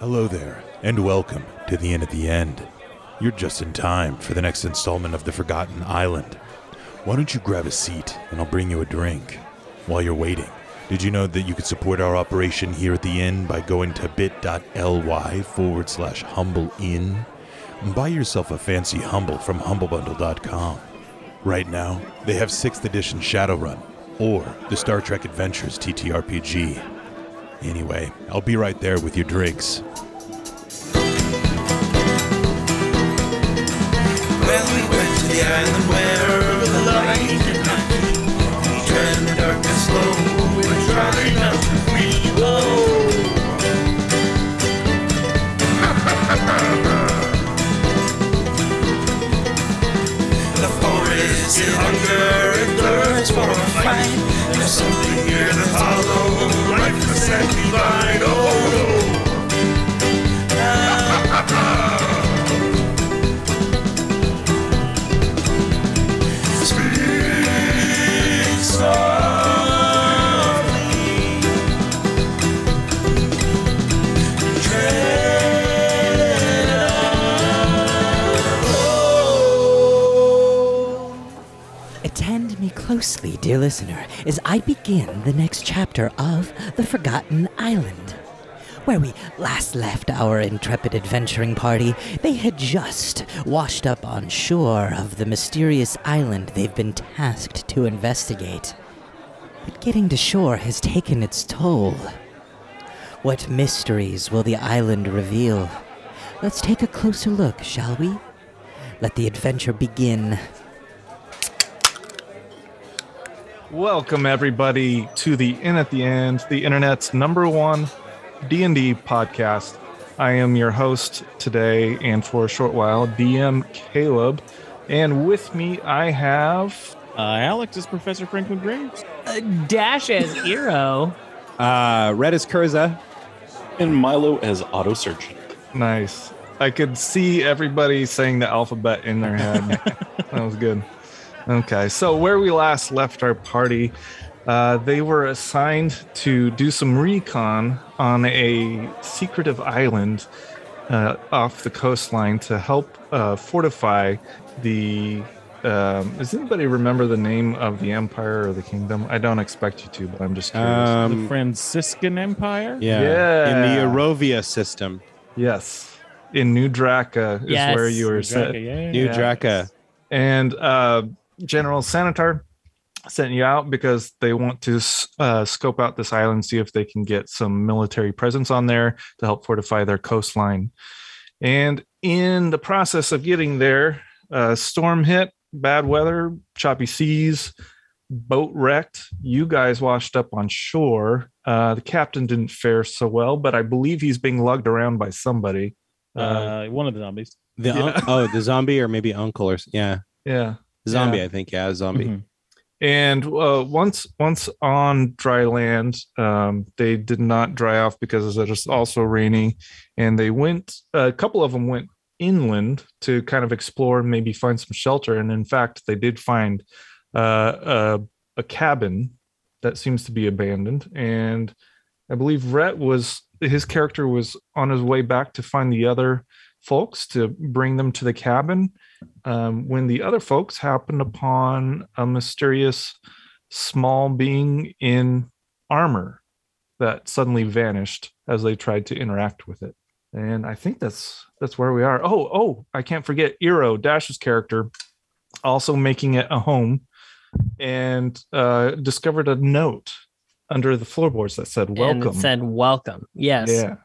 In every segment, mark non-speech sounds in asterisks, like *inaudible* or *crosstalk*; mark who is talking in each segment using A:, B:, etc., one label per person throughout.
A: Hello there, and welcome to the Inn at the End. You're just in time for the next installment of The Forgotten Island. Why don't you grab a seat and I'll bring you a drink? While you're waiting, did you know that you could support our operation here at the inn by going to bit.ly forward slash humble inn? And buy yourself a fancy humble from humblebundle.com. Right now, they have 6th edition Shadowrun or the Star Trek Adventures TTRPG. Anyway, I'll be right there with your drinks.
B: Well, we went to the island where the light did not be. We turned the darkness low. We were trying not to reach low. *laughs* The forest in hunger and thirsts for a fight. There's something here that's hollow, like the sandy line. Oh, speak softly. Tread low.
C: Attend me closely, dear listener, as I begin the next chapter of The Forgotten Island. Where we last left our intrepid adventuring party, they had just washed up on shore of the mysterious island they've been tasked to investigate. But getting to shore has taken its toll. What mysteries will the island reveal? Let's take a closer look, shall we? Let the adventure begin.
D: Welcome everybody to the Inn at the End, the internet's number one D&D podcast. I am your host today and for a short while, DM Caleb, and with me I have
E: Uh, Alex is Professor Franklin Graves.
F: Dash as Eero.
G: Uh, red is Kurza.
H: and Milo as auto surgeon.
D: nice. I could see everybody saying the alphabet in their head. that was good. Okay, so where we last left our party, uh, they were assigned to do some recon on a secretive island uh, off the coastline to help uh, fortify the. Um, does anybody remember the name of the empire or the kingdom? I don't expect you to, but I'm just curious.
G: Um,
E: the Franciscan Empire.
G: yeah.
D: Yeah.
G: In the Arovia system,
D: yes, in New Draca is
F: Yes,
D: where you were set.
E: Exactly, yeah, yeah,
G: New
E: yeah.
D: Yeah.
G: Draca.
D: and uh, General Sanitar sent you out because they want to uh, scope out this island, see if they can get some military presence on there to help fortify their coastline. And in the process of getting there, uh, storm hit, bad weather, choppy seas, boat wrecked. You guys washed up on shore. Uh, the captain didn't fare so well, but I believe he's being lugged around by somebody. Uh,
E: Uh, one of the zombies.
G: Um, The
D: Yeah.
G: un- oh, the zombie or maybe uncle or s- yeah,
D: yeah.
G: zombie. I think yeah, zombie.
E: Mhm.
D: and uh, once once on dry land um, they did not dry off because it was also rainy and they went a couple of them went inland to kind of explore and maybe find some shelter and in fact they did find uh, a, a cabin that seems to be abandoned and i believe rhett was his character was on his way back to find the other folks to bring them to the cabin um, when the other folks happened upon a mysterious small being in armor that suddenly vanished as they tried to interact with it. And I think that's that's where we are. Oh, oh, I can't forget Eero, Dash's character, also making it a home and uh, discovered a note under the floorboards that said
F: And
D: welcome.
F: it said welcome. Yes.
D: Yeah.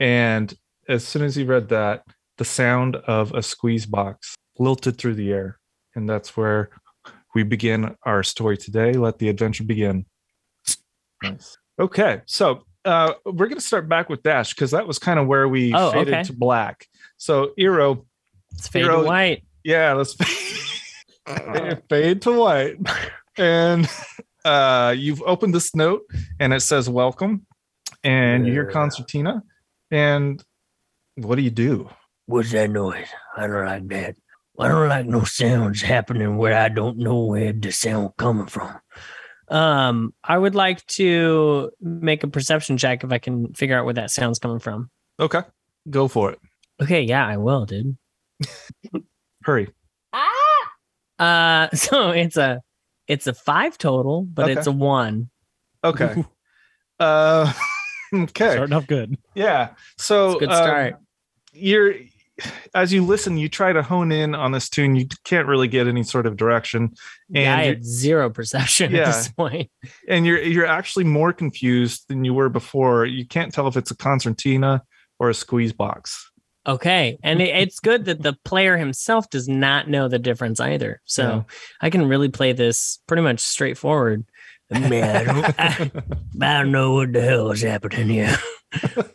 D: And as soon as he read that, the sound of a squeeze box lilted through the air. And that's where we begin our story today. Let the adventure begin. Nice. Okay. So uh, we're going to start back with Dash because that was kind of where we
F: Oh,
D: faded
F: okay.
D: to black. So, Eero,
F: It's faded
D: Eero-
F: white.
D: yeah, let's *laughs*
F: Uh-huh.
D: fade to white. And uh, you've opened this note and it says welcome. And you hear concertina. And what do you do?
B: What's that noise? I don't like that. I don't like no sounds happening where I don't know where the sound coming from.
F: Um, I would like to make a perception check if I can figure out where that sound's coming from.
D: Okay, go for it.
F: Okay, yeah, I will, dude.
D: Hurry.
F: Uh, *laughs* so it's a it's a five total, but
D: Okay.
F: it's a one.
E: *laughs*
D: Okay. uh, *laughs* okay.
E: Starting off good.
D: Yeah. So
F: It's a good
D: uh,
F: start.
D: you're as you listen, you try to hone in on this tune. You can't really get any sort of direction,
F: yeah, I
D: and
F: had zero perception at
D: Yeah.
F: this point.
D: you're, and you're you're actually more confused than you were before. You can't tell if it's a concertina or a squeeze box.
F: Okay, and it, it's good that the player himself does not know the difference either. So I can really play this pretty much straightforward. Man, I don't, *laughs* I, I don't know what the hell is happening here. Uh,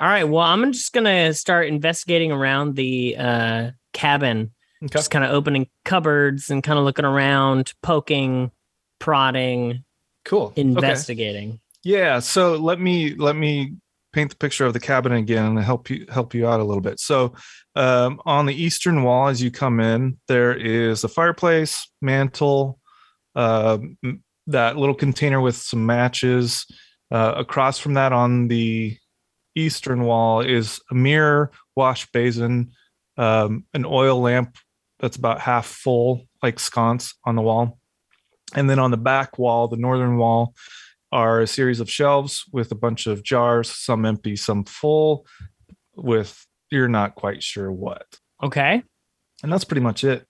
F: all right, well, I'm just gonna start investigating around the uh, cabin
D: Okay.
F: just kind of opening cupboards and kind of looking around, poking, prodding,
D: Cool. Okay.
F: investigating.
D: Yeah, so let me let me paint the picture of the cabin again and help you help you out a little bit. So, um, on the eastern wall as you come in, there is a fireplace, mantle, um, that little container with some matches. Uh, across from that, on the eastern wall, is a mirror, wash basin, um, an oil lamp that's about half full, like sconce on the wall, and then on the back wall, the northern wall are a series of shelves with a bunch of jars, some empty, some full, with you're not quite sure what.
F: Okay.
D: And that's pretty much it.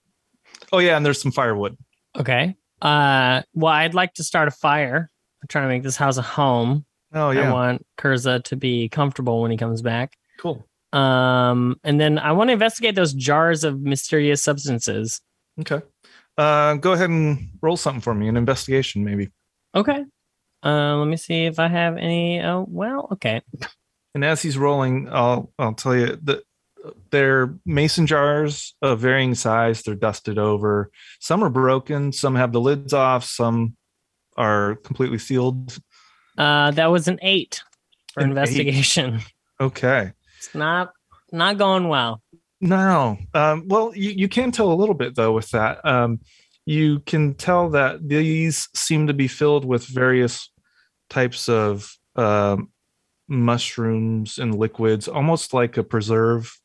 D: Oh, yeah. And there's some firewood.
F: Okay. Uh, well, I'd like to start a fire. I'm trying to make this house a home.
D: Oh, yeah.
F: I want Kurza to be comfortable when he comes back.
D: cool.
F: Um, and then I want to investigate those jars of mysterious substances.
D: Okay. Uh, go ahead and roll something for me, an investigation, maybe.
F: Okay. Uh, let me see if I have any. Oh, well, okay.
D: And as he's rolling, I'll I'll tell you that they're mason jars of varying size. They're dusted over. Some are broken. Some have the lids off. Some are completely sealed.
F: Uh, that was an eight for
D: An eight.
F: investigation. *laughs*
D: Okay.
F: It's not not going well.
D: No. Um, well, you, you can tell a little bit though with that. Um, you can tell that these seem to be filled with various types of um mushrooms and liquids, almost like a preserve,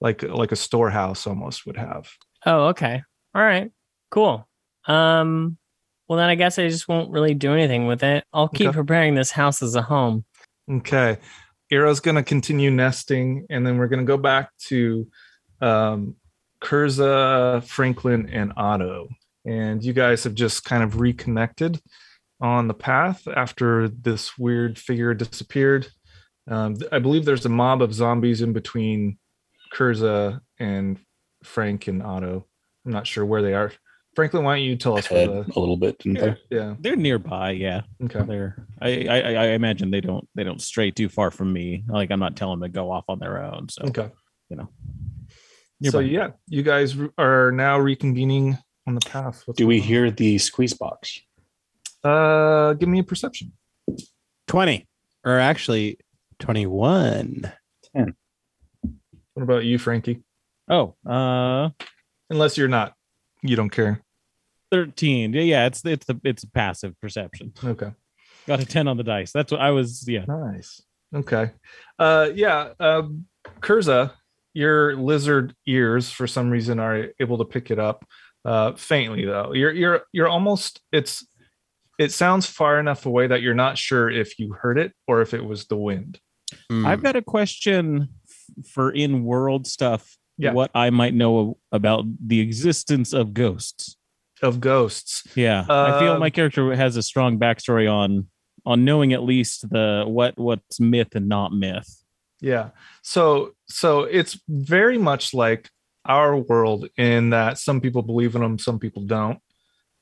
D: like like a storehouse almost would have.
F: Oh, okay. All right. Cool. Um well then I guess I just won't really do anything with it. I'll keep
D: Okay.
F: preparing this house as a home.
D: Okay. Arrow's going to continue nesting, and then we're going to go back to um, Kurza, Franklin, and Otto. And you guys have just kind of reconnected on the path after this weird figure disappeared. Um, th- I believe there's a mob of zombies in between Kurza and Frank and Otto. I'm not sure where they are. Franklin, why don't you tell us where
H: Ted
D: the.
H: a little bit, didn't they?
D: Yeah.
E: They're nearby, yeah.
D: Okay.
E: They're I, I I imagine they don't they don't stray too far from me. Like I'm not telling them to go off on their own. So
D: Okay.
E: you know.
D: So
E: Nearby.
D: yeah, you guys re- are now reconvening on the path. What's
H: Do we
D: going
H: hear the squeeze box?
D: on? Uh, give me a perception.
G: 20 or actually 21.
D: What about you, Frankie?
E: Oh, uh
D: Unless you're not, you don't care.
E: 13. Yeah, yeah, it's it's the it's passive perception.
D: Okay.
E: Got a 10 on the dice. That's what I was yeah.
D: Nice. Okay. Uh, yeah. Um, Kurza, your lizard ears for some reason are able to pick it up uh, faintly though. You're you're you're almost it's it sounds far enough away that you're not sure if you heard it or if it was the wind. Hmm.
E: I've got a question f- for in world stuff.
D: Yeah.
E: What I might know about the existence of ghosts.
D: Of ghosts.
E: Yeah, I feel
D: Um,
E: my character has a strong backstory on on knowing at least the what what's myth and not myth.
D: Yeah. So so it's very much like our world in that some people believe in them, some people don't.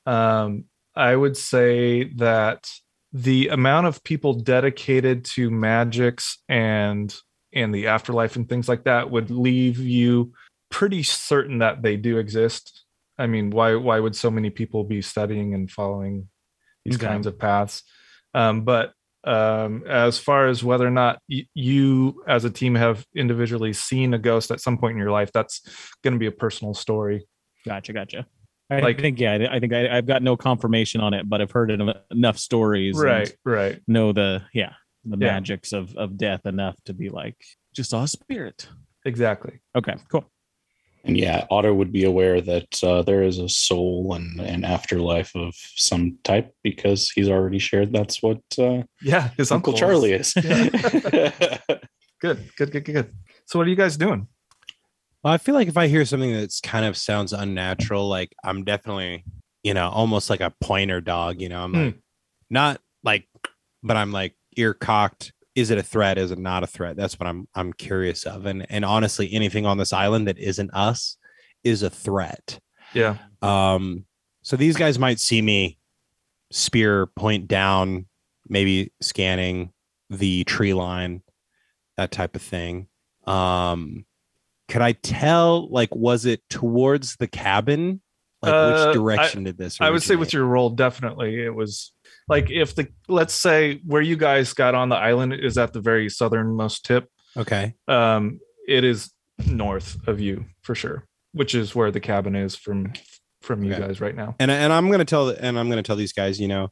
D: Um, I would say that the amount of people dedicated to magics and and the afterlife and things like that would leave you pretty certain that they do exist. I mean, why why would so many people be studying and following these
E: Okay.
D: kinds of paths? Um, but um, as far as whether or not y- you as a team have individually seen a ghost at some point in your life, that's going to be a personal story.
E: Gotcha, gotcha. I
D: Like-
E: think yeah, I I think I, I've got no confirmation on it, but I've heard en- enough stories. and
D: right.
E: know the yeah the
D: Yeah.
E: magics of of death enough to be like just saw a spirit.
D: Exactly.
E: Okay, cool.
H: And yeah, Otter would be aware that uh, there is a soul and an afterlife of some type because he's already shared that's what uh,
D: Yeah, his uncle
H: Uncle
D: is.
H: Charlie is.
D: Good, good, good, good, good. So what are you guys doing?
G: Well, I feel like if I hear something that's kind of sounds unnatural, like I'm definitely, you know, almost like a pointer dog, you know, I'm
D: Hmm.
G: like not like but I'm like ear cocked. Is it a threat? Is it not a threat? That's what I'm I'm curious of. And and honestly, anything on this island that isn't us is a threat.
D: Yeah.
G: Um, so these guys might see me spear point down, maybe scanning the tree line, that type of thing. Um, could I tell, like, was it towards the cabin? Like,
D: Uh,
G: which direction did this?
D: I would say with
G: originate?
D: your role, definitely it was like if the let's say where you guys got on the island is at the very southernmost tip.
G: okay,
D: Um, it is north of you for sure, which is where the cabin is from from you
G: Okay.
D: guys right now.
G: and and I'm gonna tell and I'm gonna tell these guys, you know,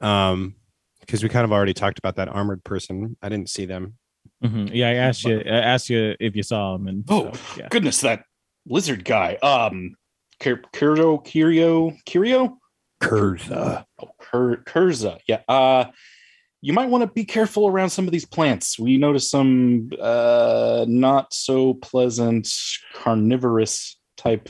G: um, because we kind of already talked about that armored person. I didn't see them.
E: Mhm. Yeah, I asked you. I asked you if you saw him, and
H: Oh,
E: so, yeah.
H: *laughs* Goodness, that lizard guy. Um, Cur- Kuro, Curio, Curio?
G: Kurza.
H: Oh, Kur- Kurza. Yeah. Uh, you might want to be careful around some of these plants. We noticed some uh, not so pleasant carnivorous type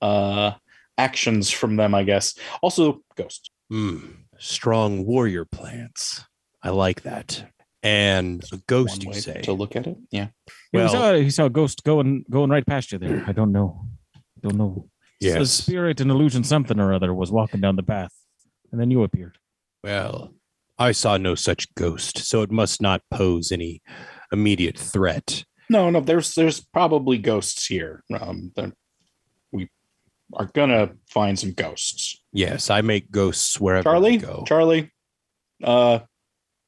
H: uh, actions from them, I guess. Also, ghosts.
G: Mm, strong warrior plants. I like that. And a ghost,
H: One
G: you
H: way
G: say?
H: To look at it. Yeah.
E: Yeah, we
G: well-
E: saw, he saw a ghost going going right past you *clears throat* there. I don't know. Don't know. A spirit, an illusion, something or other was walking down the path, and then you appeared.
G: Well, I saw no such ghost, so it must not pose any immediate threat.
H: No, no, there's there's probably ghosts here. Um, there- we are gonna find some ghosts.
G: Yes, I make ghosts wherever I
H: Charlie,
G: go.
H: Charlie, uh,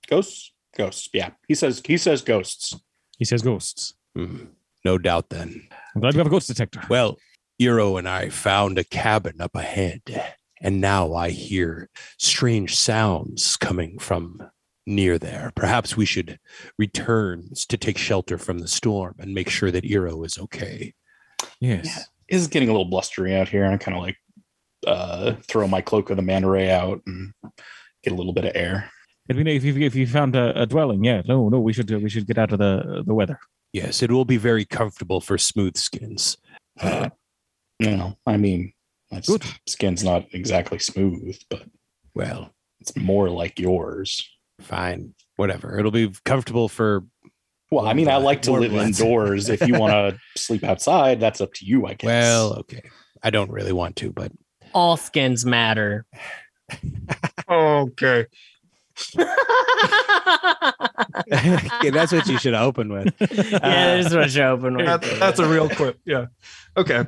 H: ghosts, ghosts. Yeah, he says he says ghosts.
E: He says ghosts.
G: Mm, no doubt then.
E: I'm glad we have a ghost detector.
G: Well, Euro and I found a cabin up ahead, and now I hear strange sounds coming from near there. Perhaps we should return to take shelter from the storm and make sure that Eero is okay.
E: yes.
H: Yeah. It's getting a little blustery out here, and I kind of like uh throw my cloak of the manta ray out and get a little bit of air.
E: If you, if you, if you found a, a dwelling, yeah, no, no, we should uh, we should get out of the the weather.
G: Yes, it will be very comfortable for smooth skins.
H: You know, I mean, my s-
E: Good.
H: skin's not exactly smooth, but
G: Well,
H: it's more like yours.
G: fine, whatever. It'll be comfortable for.
H: Well, I
G: Warm
H: mean, I
G: blood-
H: like to
G: warm
H: live
G: blood.
H: indoors. If you want to sleep outside, that's up to you, I guess.
G: Well, okay. I don't really want to, but *laughs*
F: All skins
D: *laughs*
F: matter. *laughs*
D: Okay.
G: Okay, that's what you should open with.
F: yeah, this is what you're open
D: *laughs*
F: with.
D: That, that's a real clip. Yeah. Okay.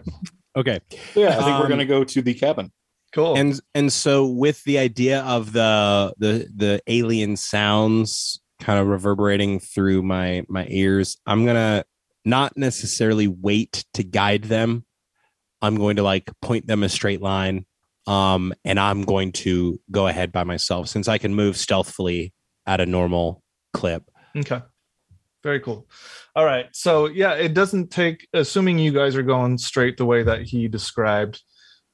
G: Okay,
H: yeah, I think we're
G: um,
H: gonna go to the cabin.
D: Cool.
G: and and so with the idea of the the the alien sounds kind of reverberating through my my ears, I'm gonna not necessarily wait to guide them. I'm going to like point them a straight line, um, and I'm going to go ahead by myself since I can move stealthfully at a normal clip.
D: Okay. Very cool. All right. So yeah, it doesn't take assuming you guys are going straight the way that he described.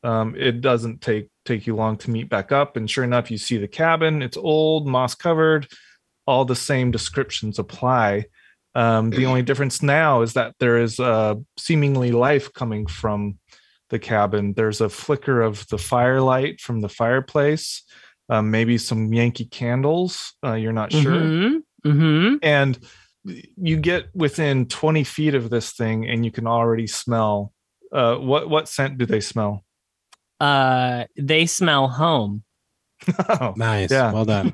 D: Um, it doesn't take take you long to meet back up. And sure enough, you see the cabin. It's old, moss covered. All the same descriptions apply. Um, the only difference now is that there is uh, seemingly life coming from the cabin. There's a flicker of the firelight from the fireplace. Um, maybe some Yankee candles. Uh, you're not sure
F: *laughs* Mm-hmm. Mm-hmm.
D: and you get within 20 feet of this thing and you can already smell uh what what scent do they smell *laughs*
F: Uh, they smell home. *laughs*
D: oh,
G: Nice.
D: Yeah.
G: Well done.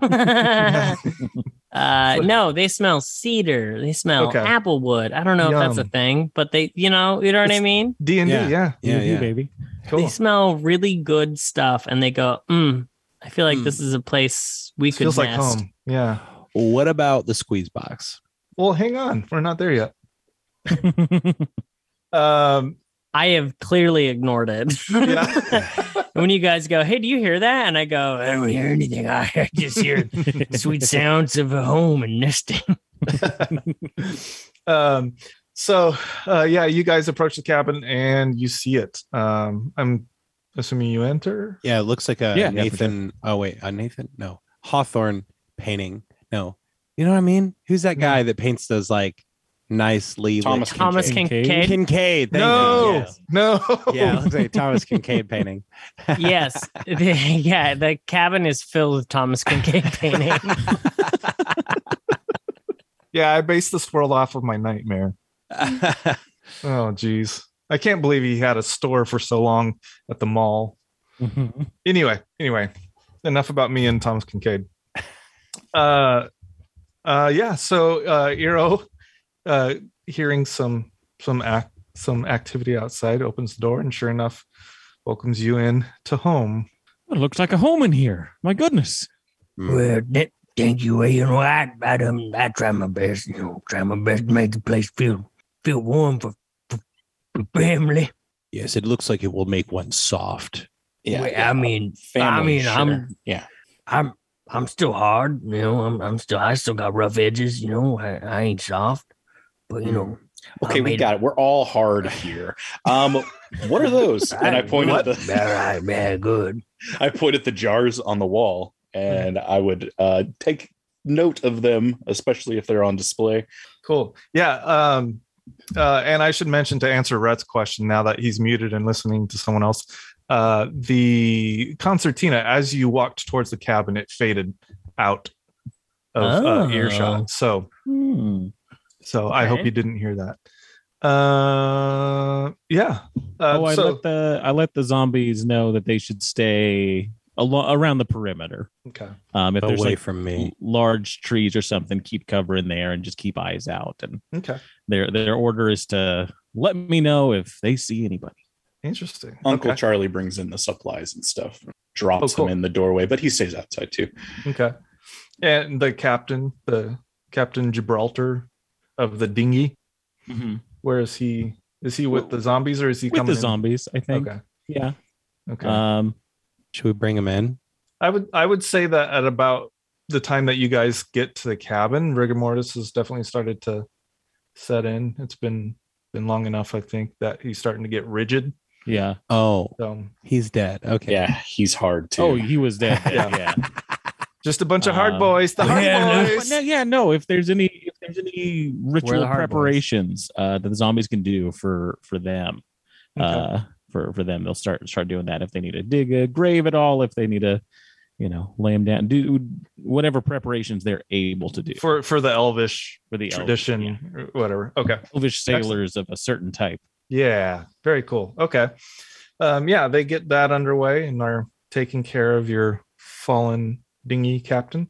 F: uh, no, they smell cedar. They smell
D: Okay.
F: applewood. I don't know if that's
D: Yum.
F: a thing, but they, you know, you know what I
D: It's-
F: mean.
D: d&d yeah,
G: Yeah,
E: You,
G: yeah.
E: baby.
D: cool
F: They smell really good stuff, and they go, mm, I feel like
G: Mm.
F: this is a place we
D: It
F: could
D: feels like
F: nest.
D: home yeah
G: What about the squeeze box?
D: well hang on we're not there yet
F: *laughs*
D: um
F: I have clearly ignored it. *laughs*
D: Yeah.
F: when you guys go, hey, do you hear that? And I go, I don't hear anything. I
D: *laughs*
F: just hear the sweet sounds of a home and nesting.
D: Um, so uh, yeah, you guys approach the cabin and you see it. Um, I'm assuming you enter.
G: Yeah, it looks like a
E: Yeah, yeah, for sure.
G: Nathan. Oh wait, a Nathan? No, Hawthorne painting. No, you know what I mean? Who's that guy that paints those like nicely? lit-
H: Thomas
F: Thomas
E: Kincaid.
F: Kincaid.
G: Kincaid. thank you.
E: Oh.
D: no, no.
G: Yeah, yeah it looks like a Thomas Kincaid painting. *laughs*
F: yes. *laughs* The- yeah. The cabin is filled with Thomas
I: *laughs*
F: Kincaid painting.
D: *laughs* Yeah, I based this world off of my nightmare. Oh, geez. I can't believe he had a store for so long at the mall.
E: Mm-hmm.
D: Anyway, anyway, enough about me and Thomas Kincaid. Uh, uh, yeah. So, uh, Eero, uh, hearing some some act some activity outside, opens the door and sure enough, welcomes you in to home.
E: It looks like a home in here. My goodness.
I: Well, th- thank you. eh, You know, I, I, done, I try my best. You know, try my best to make the place feel feel warm for for, for family.
G: yes, it looks like it will make one soft.
H: Yeah,
F: um,
I: Well,
H: yeah.
I: I mean,
H: Family,
I: I mean,
H: sure.
I: I'm-
H: yeah.
I: I'm I'm still hard. You know, I'm I'm still I still got rough edges. You know, I, I ain't soft, but you
H: Mm.
I: know, I
H: Okay, we
I: made-
H: got it. We're all hard here. Um, what are those? And I point at
I: what?
H: the
I: All right, man, good.
H: *laughs* I point at the jars on the wall, and I would uh, take note of them, especially if they're on display.
D: Cool. Yeah. Um, uh, and I should mention to answer Rhett's question now that he's muted and listening to someone else. Uh, the concertina, as you walked towards the cabin, it faded out of uh,
F: Oh.
D: earshot. So,
E: Hmm.
D: so I hope
F: Okay.
D: you didn't hear that. Uh, yeah. Uh,
E: oh, I
D: so,
E: let the I let the zombies know that they should stay alo- around the perimeter.
D: okay.
E: Um, if there's
G: Away
E: like
G: from me.
E: large trees or something, keep cover in there and just keep eyes out. And
D: Okay.
E: their their order is to let me know if they see anybody.
D: Interesting.
H: Uncle
D: Okay.
H: Charlie brings in the supplies and stuff, drops
D: Oh, cool.
H: them in the doorway, but he stays outside too.
D: Okay. And the captain, the Captain Gibraltar of the dinghy, where is he? Is he with the zombies or is he
E: With
D: coming
E: the
D: in?
E: zombies, I think.
D: Okay.
E: Yeah.
D: Okay.
E: Um,
G: Should we bring him in?
D: I would I would say that at about the time that you guys get to the cabin, rigor mortis has definitely started to set in. It's been been long enough, I think, that he's starting to get rigid.
E: yeah.
G: Oh,
D: So
G: he's dead. Okay.
H: Yeah, he's hard too.
E: Oh, he was dead.
D: Yeah.
E: yeah. yeah.
D: just a bunch of hard
E: Um,
D: boys. The hard
E: *laughs* yeah, no,
D: boys.
E: no, yeah, no. If there's any, if there's any ritual
F: the hard boys.
E: preparations uh, that the zombies can do for for them,
D: Okay.
E: uh, for for them, they'll start start doing that. If they need to dig a grave at all, if they need to, you know, lay them down, do whatever preparations they're able to do
D: for for the elvish
E: for the elves,
D: tradition
E: yeah.
D: or whatever. Okay.
E: elvish
D: Excellent.
E: sailors of a certain type.
D: Yeah, very cool. Okay. Um, yeah, they get that underway and are taking care of your fallen dinghy captain.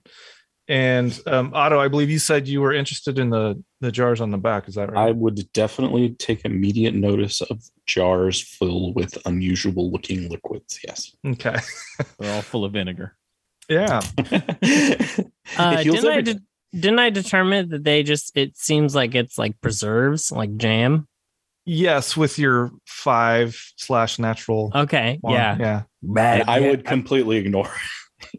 D: And um, Otto, I believe you said you were interested in the the jars on the back. Is that
H: I
D: right?
H: would definitely take immediate notice of jars filled with unusual looking liquids. Yes.
D: okay. *laughs*
E: They're all full of vinegar.
D: Yeah.
F: *laughs* Uh,
H: It heals
F: didn't, I
H: everything.
F: de- didn't I determine that they just, it seems like it's like preserves, like jam?
D: Yes, with your five slash natural.
F: Okay.
D: wand.
F: Oh, Yeah.
D: Yeah.
I: Bad.
H: And I
I: yeah,
H: would completely ignore.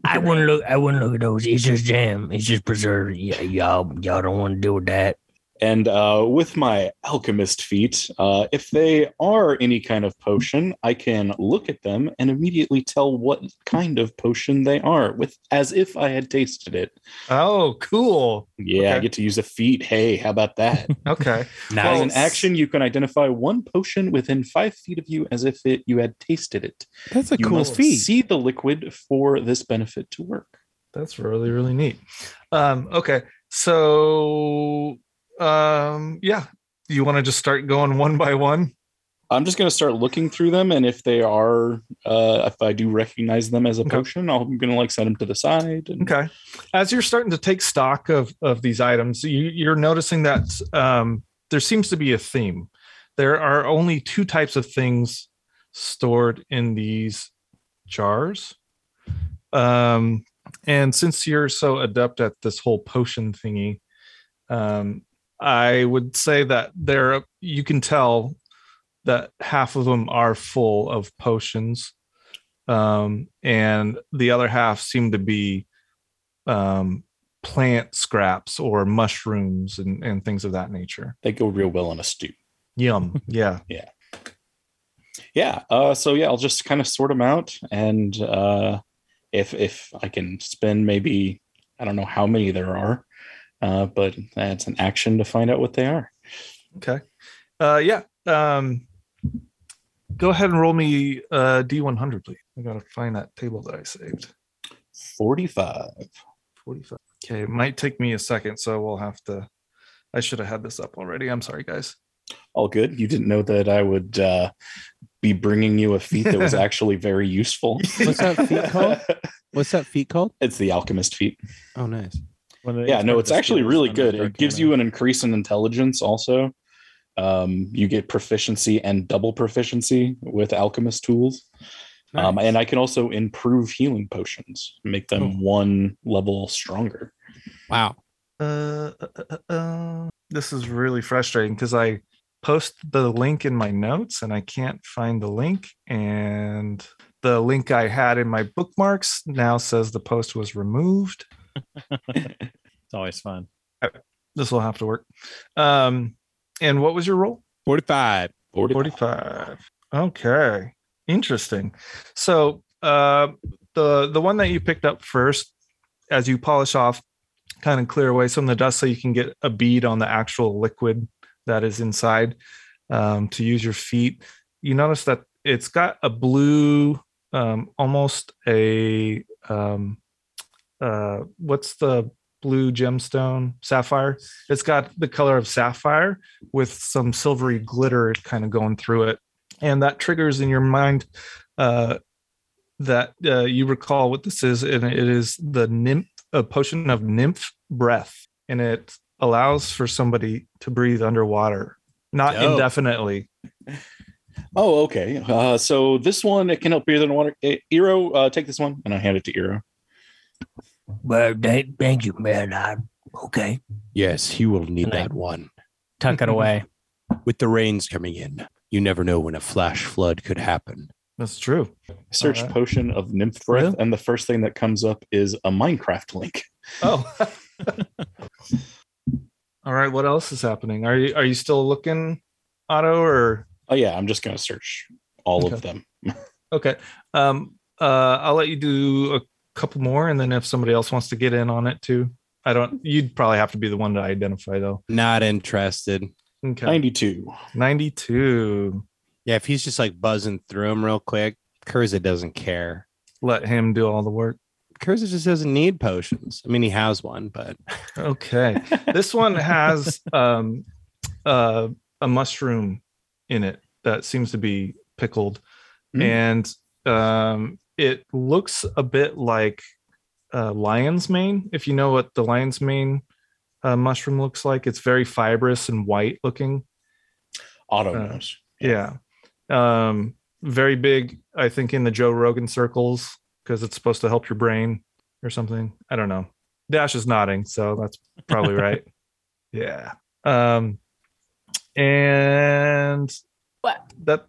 I: I wouldn't look. I wouldn't look at those. It's just jam. It's just preserved. Yeah, y'all, y'all don't want to deal with that.
H: And uh, with my alchemist feet, uh, if they are any kind of potion, I can look at them and immediately tell what kind of potion they are, with as if I had tasted it.
D: Oh, cool.
H: Yeah, I
D: Okay.
H: get to use a feet. Hey, how
D: *laughs*
H: about that?
D: Okay.
H: As an
D: Nice.
H: action, you can identify one potion within five feet of you as if it, you had tasted it.
G: That's a
H: you
G: cool
H: must
G: feat.
H: see the liquid for this benefit to work.
D: That's really, really neat. Um, okay. So um yeah. You want to just start going one by one?
H: I'm just going to start looking through them, and if they are, uh, if I do recognize them as a
D: Okay.
H: potion, I'm going to like set them to the side. And
D: Okay. As you're starting to take stock of of these items, you, you're noticing that um, there seems to be a theme. There are only two types of things stored in these jars. Um, and since you're so adept at this whole potion thingy, um, I would say that there you can tell that half of them are full of potions, um, and the other half seem to be um, plant scraps or mushrooms and, and things of that nature.
H: They go real well on a stew.
D: Yum. Yeah.
H: Yeah. Uh, so yeah, I'll just kind of sort them out, and uh, if if I can spend maybe I don't know how many there are, uh, but that's an action to find out what they are.
D: Okay. Uh, yeah. Um, go ahead and roll me uh, D100, please. I got to find that table that I saved.
H: Forty-five.
D: 45. Okay. It might take me a second, so we'll have to. I should have had this up already. I'm sorry, guys.
H: All good. You didn't know that I would uh, be bringing you a feat
G: *laughs*
H: that was actually very useful.
G: What's that feat
H: *laughs*
G: called? What's that feat called?
H: it's the alchemist feat.
G: Oh, nice.
H: yeah no it's actually really good it gives you an increase in intelligence also um, you get proficiency and double proficiency with alchemist tools um, and i can also improve healing potions make them one level stronger
G: Wow.
D: uh, uh, uh, uh, this is really frustrating because I post the link in my notes and I can't find the link. And the link I had in my bookmarks now says the post was removed.
E: *laughs* It's always fun.
D: This will have to work. Um, and what was your role?
G: 45.
D: 45 okay interesting so uh the the one that you picked up first as you polish off kind of clear away some of the dust so you can get a bead on the actual liquid that is inside um, to use your feet you notice that it's got a blue um, almost a um, uh, what's the blue gemstone sapphire it's got the color of sapphire with some silvery glitter kind of going through it. And that triggers in your mind uh, that uh, you recall what this is. And it is the nymph, a potion of nymph breath. And it allows for somebody to breathe underwater, not
H: Dope.
D: indefinitely.
H: oh okay uh, so this one it can help you than water Eh, Eero, uh, take this one and i hand it to Eero.
I: Well, thank, thank you, man. I, okay.
G: Yes, he will need
F: And I-
G: that one.
D: *laughs*
F: Tuck it away.
G: With the rains coming in, you never know when a flash flood could happen.
D: That's true.
H: search
D: Alright.
H: potion of nymph breath
D: Really?
H: and the first thing that comes up is a minecraft link
D: Oh. *laughs* All right. What else is happening? Are you are you still looking, Otto, or
H: oh yeah i'm just gonna search all of
D: Okay.
H: them
D: Okay. Um, uh, I'll let you do a couple more, and then if somebody else wants to get in on it too, I don't. You'd probably have to be the one to identify though.
G: Not interested.
D: Okay.
H: 92
D: Ninety-two.
G: Yeah, if he's just like buzzing through them real quick, Kurza doesn't care.
D: Let him do all the work.
G: Kurza just doesn't need potions. I mean, he has one, but *laughs*
D: Okay. this one has um, uh, a mushroom in it that seems to be pickled,
H: Mm.
D: and um, it looks a bit like uh, lion's mane. If you know what the lion's mane uh, mushroom looks like, it's very fibrous and white looking.
H: auto
D: Uh,
H: knows
D: Yeah. Um, very big, I think, in the Joe Rogan circles because it's supposed to help your brain or something. I don't know. Dash is nodding, so that's probably right. Yeah. Um, and
F: What?
D: that,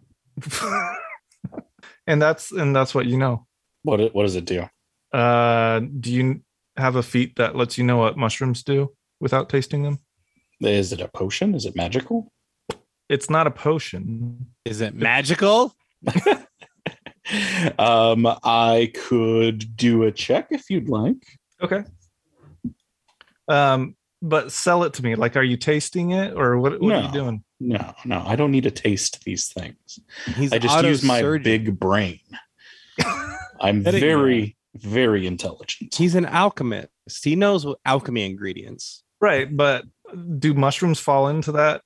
D: *laughs* and that's and that's what you know.
H: what it- what does it do
D: Uh, do you have a feat that lets you know what mushrooms do without tasting them?
H: is it a potion is it magical
D: It's not a potion.
G: is
H: *laughs*
G: it magical?
H: um, I could do a check if you'd like.
D: Okay. Um, but sell it to me. Like, are you tasting it or what, what are
H: No.
D: you
H: *laughs*
D: doing?
H: No, no, I don't need to taste these things.
G: He's
H: I just use my
G: autosurgeon.
H: big brain. I'm
G: That ain't
H: very, very intelligent.
G: He's an alchemist. He knows what alchemy ingredients.
D: Right, but do mushrooms fall into that?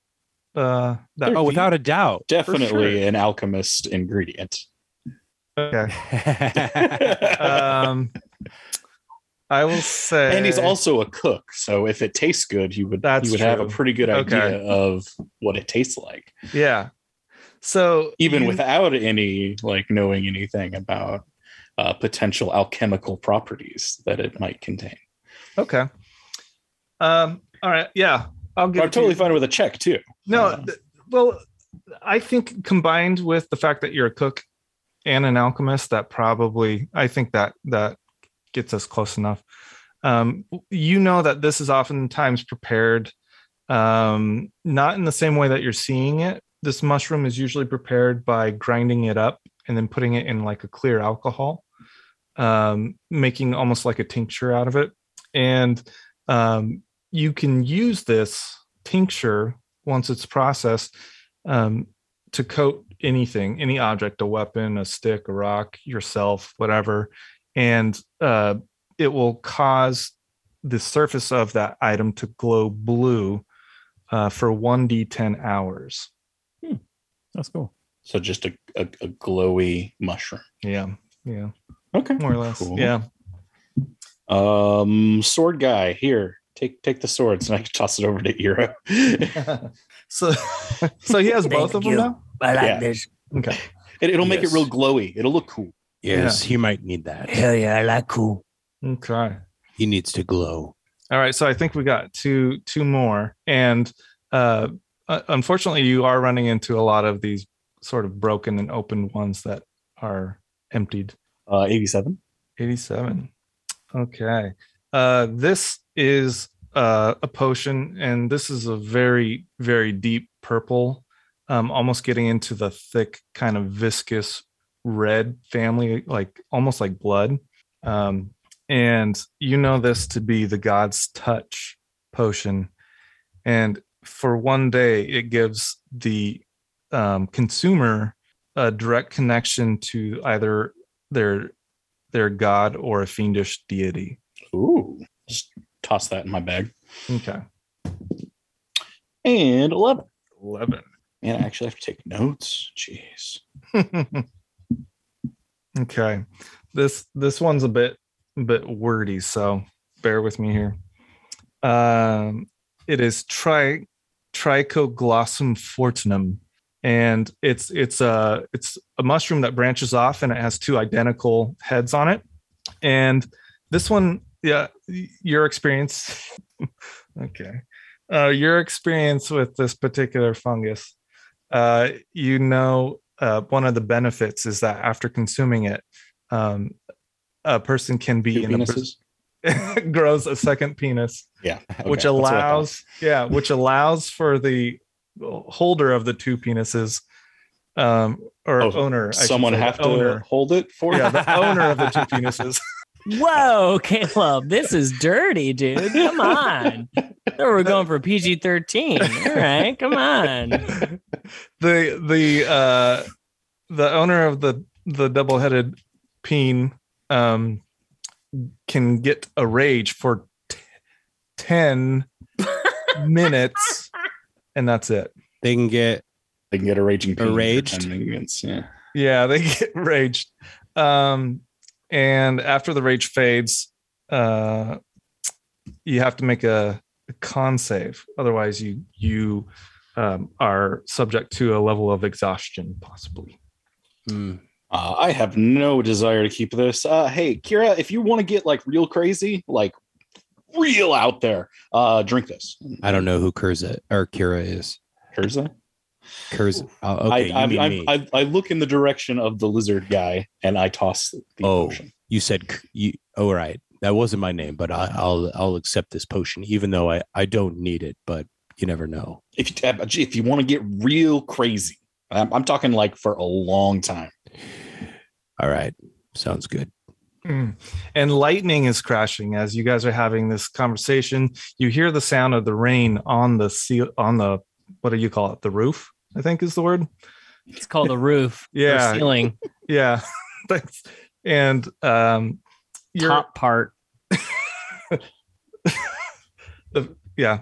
D: Uh, that
G: Oh, without a doubt. for
H: Definitely
G: sure.
H: an
G: *laughs*
H: alchemist ingredient. *laughs*
D: okay.
H: and
D: Um, I will say,
H: he's also a cook, so if it tastes good, you would
D: That's
H: you would have a
D: true.
H: pretty good
D: Okay.
H: idea of what it tastes like,
D: yeah. So
H: even
D: you-
H: without any like knowing anything about uh, potential alchemical properties that it might contain.
D: okay. Um. All right. Yeah. I'll give.
H: I'm
D: it to
H: totally
D: you.
H: fine with a check too.
D: No,
H: Uh,
D: th- well, I think combined with the fact that you're a cook and an alchemist, that probably I think that that gets us close enough. um, you know that this is oftentimes prepared um, not in the same way that you're seeing it. This mushroom is usually prepared by grinding it up and then putting it in like a clear alcohol, um, making almost like a tincture out of it. And um, you can use this tincture once it's processed um, to coat anything, any object, a weapon, a stick, a rock, yourself, whatever. And uh, it will cause the surface of that item to glow blue uh, for 1d10 hours.
E: That's cool.
H: So just a, a, a glowy mushroom.
D: Yeah. Yeah.
H: Okay.
D: More or less.
I: *laughs*
H: Cool.
D: Yeah.
H: Um, sword guy here. Take take the swords, *laughs* and I can toss it over to Eero. *laughs* it,
D: So *laughs* so he has both
I: Thank
D: of them
I: you.
D: now?
I: I like
H: Yeah.
I: this.
D: Okay.
H: it'll make
D: Yes.
H: it real glowy. It'll look cool.
G: Yes, he might need that.
I: Hell yeah, I like cool.
D: Okay.
G: He needs to glow.
D: All right, so I think we got two two more, and uh, uh, unfortunately, you are running into a lot of these sort of broken and open ones that are emptied.
H: Uh, Eighty-seven.
D: Eighty-seven. Okay, uh, this is uh, a potion, and this is a very very deep purple, um, almost getting into the thick kind of viscous red family, like almost like blood. Um, and you know this to be the god's touch potion and for one day it gives the um, consumer a direct connection to either their their god or a fiendish deity
H: Ooh. Just toss that in my bag.
D: okay
H: And eleven.
D: 11
H: Man, I actually have to take notes. Jeez.
D: okay this this one's a bit bit wordy so bear with me here um it is tri trichoglossum fortunum and it's it's a it's a mushroom that branches off and it has two identical heads on it and this one yeah y- your experience *laughs* okay uh your experience with this particular fungus uh you know uh, one of the benefits is that after consuming it, um, a person can be
H: Two
D: in
H: penises.
D: a pos- *laughs* grows a second penis,
H: Yeah. Okay,
D: which
H: that's what I thought.
D: allows yeah, which allows for the holder of the two penises, um, or
H: Oh,
D: owner. I should
H: someone
D: say, the
H: have to *laughs*
D: owner.
H: hold it for
D: Yeah,
H: you. *laughs*
D: the owner of the two penises.
F: Whoa, *laughs* Caleb, this is dirty, dude. Come on. Thought we We're going for PG 13. All right, come on.
D: the the uh the owner of the the double-headed peen um can get a rage for t-
H: *laughs*
D: 10 minutes and that's it
G: They can get
H: They can get a raging. pain for
G: Enraged?
H: 10 minutes, Yeah.
D: yeah they *laughs* get raged um and after the rage fades uh you have to make a, a con save otherwise you you um, are subject to a level of exhaustion possibly
G: mm,
H: Uh, I have no desire to keep this. Uh, hey, Kira, if you want to get like real crazy, like real out there, uh, drink this.
G: I don't know who Kurza or Kira is.
H: Curza?
G: Kurza. Oh, okay,
H: I,
G: you, mean
H: I,
G: me.
H: I, I, I look in the direction of the lizard guy and I toss the
G: Oh.
H: potion.
G: you said K- you. All right, that wasn't my name, but I, I'll I'll accept this potion, even though I I don't need it. But you never know.
H: If you, uh, gee, if you want to get real crazy, I'm, I'm talking like for a long time.
G: All right, sounds good.
D: Mm. And lightning is crashing as you guys are having this conversation. You hear the sound of the rain on the sea on the what do you call it? The roof, I think is the word.
F: It's called the roof. or
D: Yeah.
F: ceiling.
D: Yeah. *laughs* Thanks. And um your
F: Top part.
D: yeah.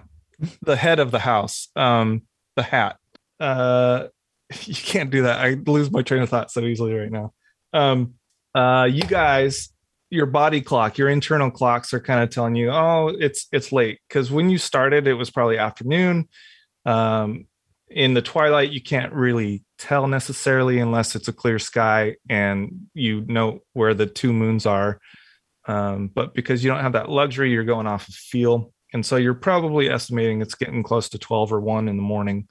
D: The head of the house. Um the hat. Uh *laughs* you can't do that. I lose my train of thought so easily right now. Um uh you guys your body clock, your internal clocks are kind of telling you, oh, it's it's late. Because when you started, it was probably afternoon. Um, in the twilight, you can't really tell necessarily unless it's a clear sky and you know where the two moons are. Um, but because you don't have that luxury, you're going off of feel, and so you're probably estimating it's getting close to twelve or one in the morning.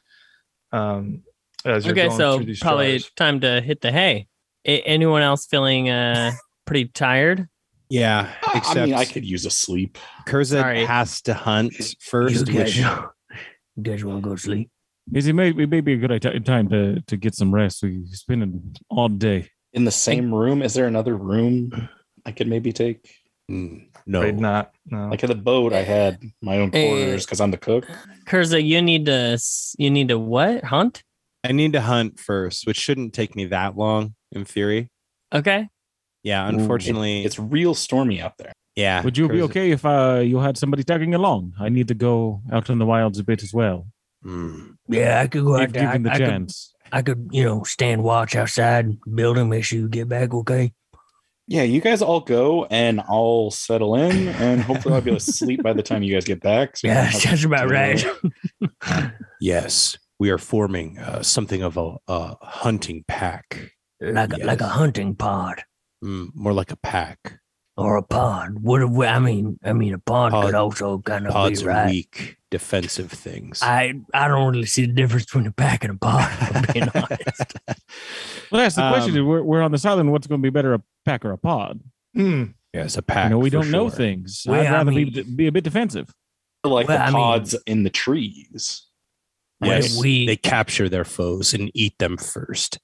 D: Um, as you're
F: Okay,
D: going
F: so
D: through these
F: probably
D: jars.
F: time to hit the hay. A- anyone else feeling uh pretty tired?
G: Yeah,
H: I-
G: except
H: I mean, I could use a sleep.
G: Curzet
F: Sorry.
G: has to hunt first,
I: you guys,
G: which
I: you guys want to go to sleep?
E: Is it may, it may be a good idea- time to, to get some rest? We've been an odd day.
H: In the same room, is there another room I could maybe take?
G: Mm, no,
D: Afraid not. No.
H: Like at the boat, I had my own
I: Eh.
F: Hey.
H: quarters because I'm the cook.
F: Kurza, you need to s- you need to what hunt?
G: I need to hunt first, which shouldn't take me that long in theory.
F: Okay,
G: Yeah,
I: Mm,
H: Ooh, it-
G: unfortunately,
H: It's real stormy out there.
G: yeah.
E: Would you be
G: Curzet-
E: okay if uh, you had somebody tagging along? I need to go out in the wilds a bit as well,
G: Mm.
I: Yeah, I could go
E: if
I: out there. I,
E: given the
I: I could,
E: chance.
I: I could, you know, stand watch outside, build him, make sure you get back, okay?
H: Yeah, you guys all go and I'll settle in, and hopefully I'll be able to sleep by the time you guys get back. so we
I: Yeah, *laughs*
H: don't have
I: that's
H: to
I: about
H: deal
I: right.
H: with it.
G: Yes, we are forming uh, something of a, a hunting pack,
I: Like like a
G: Yes.
I: hunting pod
G: mm, more like a pack.
I: or a pod. What if we, I mean? I mean, a pod,
G: Pod-
I: could also kind of
G: Pods
I: be
G: are
I: right.
G: weak, defensive things.
I: I I don't really see the difference between a pack and a pod. If I'm
G: *laughs*
I: being honest.
E: Well, that's the question.
G: Um,
E: We're, we're on this island. What's going to be better, a pack or a pod?
D: Hmm.
G: yes, a pack.
E: you know, we
G: for
E: don't know
G: sure.
E: things.
I: Well,
E: I'd
I: I
E: rather be,
I: mean-
E: be a bit defensive.
H: Or Like
I: Well, I
H: the
I: mean-
H: pods in the trees.
I: What if
G: Yes,
I: we-
G: they capture their foes and eat them first.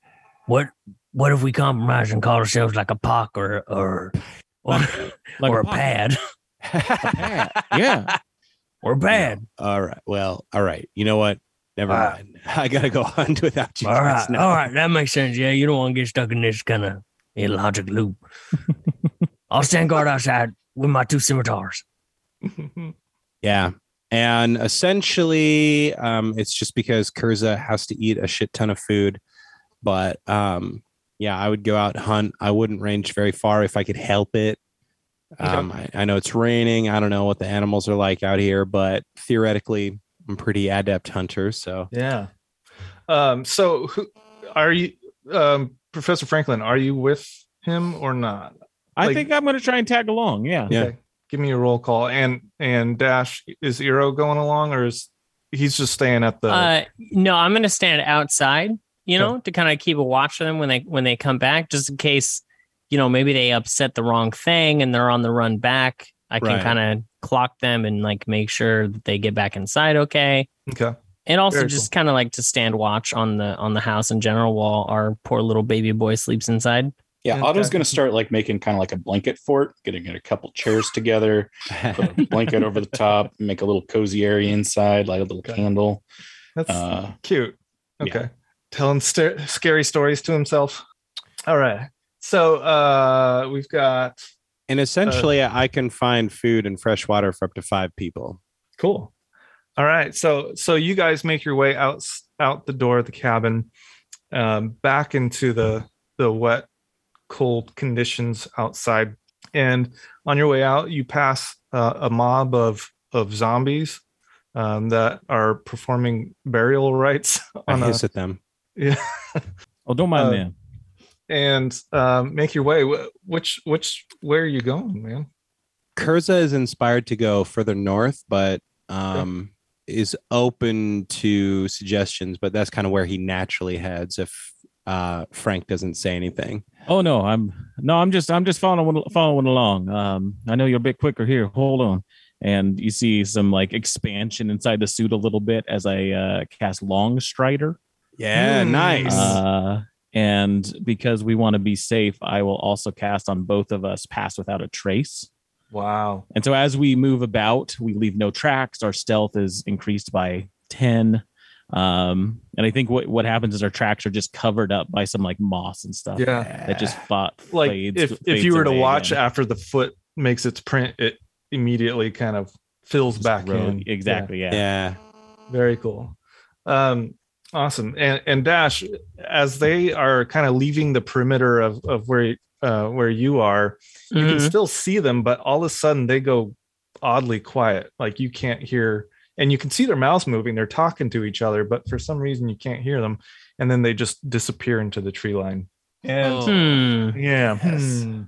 I: What what if we compromise and call ourselves like a pock or or or,
E: Like
I: or a,
E: pod.
I: pad *laughs*
E: Yeah.
I: or a pad?
G: All right. Well, all right. You know what? Never
I: Uh,
G: mind. *laughs* I gotta go hunt without you.
I: all
G: guys
I: right,
G: now.
I: all right, that makes sense. Yeah, you don't want to get stuck in this kind of illogic loop. I'll stand guard outside with my two scimitars.
G: Yeah. And essentially, um, it's just because Kurza has to eat a shit ton of food. But um, yeah, I would go out hunt. I wouldn't range very far if I could help it. Um, I, I know it's raining. I don't know what the animals are like out here, but theoretically, I'm pretty adept hunter. So
D: Yeah. Um, so who are you um Professor Franklin, are you with him or not?
E: I
D: Like-
E: think I'm going to try and tag along. Yeah.
G: Yeah.
D: Give me a roll call. And and Dash, is Iro going along or is he's just staying at the
F: uh, no, I'm gonna stand outside. You know, to kind of keep a watch on them when they when they come back, just in case. You know, maybe they upset the wrong thing and they're on the run back. I can
G: Right.
F: kind of clock them and like make sure that they get back inside okay.
D: Okay.
F: and also
D: Very
F: just kind of like to stand watch on the on the house in general while our poor little baby boy sleeps inside
H: Yeah,
D: Yeah,
H: Otto's
D: okay.
H: gonna start like making kind of like a blanket fort, getting a couple chairs together,
I: *laughs*
H: put a blanket over the top, make a little cozy area inside, light a little
D: Okay.
H: candle.
D: That's
H: Uh,
D: cute.
H: yeah.
D: Okay. Telling sta- scary stories to himself. All right. So uh we've got
G: and essentially,
I: Uh.
G: I can find food and fresh water for up to five people.
D: Cool. All right. So so you guys make your way out out the door of the cabin, um, back into the the wet, cold conditions outside. And on your way out, you pass uh, a mob of of zombies um, that are performing burial rites *laughs*
G: I
D: on a
G: hiss at them.
D: yeah,
E: Oh, don't mind
D: Uh,
E: them.
D: and um, make your way. Wh- Which which where are you going, man?
G: Kurza is inspired to go further north, but um, is open to suggestions. But that's kind of where he naturally heads if uh, Frank doesn't say anything.
E: Oh no, I'm no, I'm just I'm just following following along. Um, I know you're a bit quicker here. Hold on, and you see some like expansion inside the suit a little bit as I uh, cast Long Strider.
G: Yeah,
D: Hmm.
G: nice.
E: Uh, and because we want to be safe, I will also cast on both of us Pass Without a Trace.
D: Wow.
E: And so as we move about, we leave no tracks. Our stealth is increased by 10. Um, and I think what, what happens is our tracks are just covered up by some like moss and stuff.
D: Yeah.
E: Uh, That *laughs* just fought
D: Like
E: fades,
D: if if
E: fades
D: you were to
E: away
D: watch
E: and
D: after the foot makes its print, it immediately kind of fills back
E: row-
D: in.
E: Exactly. Yeah.
G: yeah.
D: Yeah, very cool. Um, awesome. And and Dash, as they are kind of leaving the perimeter of of where uh, where you are, you can
E: Mm-hmm.
F: Mhm.
D: still see them, but all of a sudden they go oddly quiet. Like you can't hear, and you can see their mouths moving. They're talking to each other, but for some reason you can't hear them. And then they just disappear into the tree line.
E: Oh.
D: And
F: Hmm.
D: yeah. Hmm.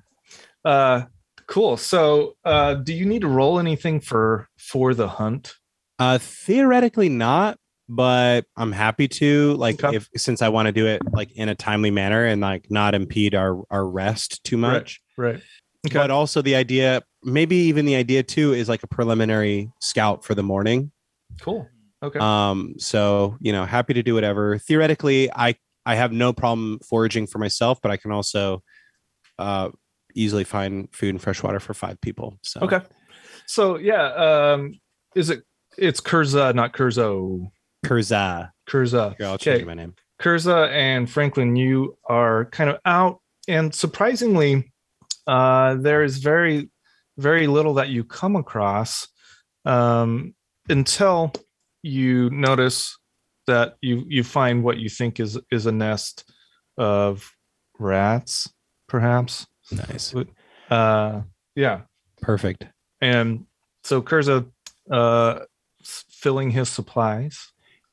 D: Uh, cool. So, uh, do you need to roll anything for for the hunt?
G: Uh, theoretically not, but I'm happy to like
D: Okay.
G: if since I want to do it like in a timely manner and like not impede our our rest too much.
D: Right. Okay.
G: but also the idea maybe even the idea too is like a preliminary scout for the morning
D: Cool. Okay.
G: um so you know happy to do whatever theoretically i i have no problem foraging for myself but i can also uh easily find food and fresh water for five people so
D: Okay. so yeah, um, is it? It's Kurza, not Kurzo.
G: kurza
D: Kurza.
G: here i'll change
D: Okay.
G: my name
D: Kurza and Franklin, you are kind of out, and surprisingly, uh, there is very, very little that you come across um, until you notice that you you find what you think is is a nest of rats, perhaps.
G: nice
D: Uh, yeah,
G: *laughs* perfect
D: and so Kurza uh, s- filling his supplies.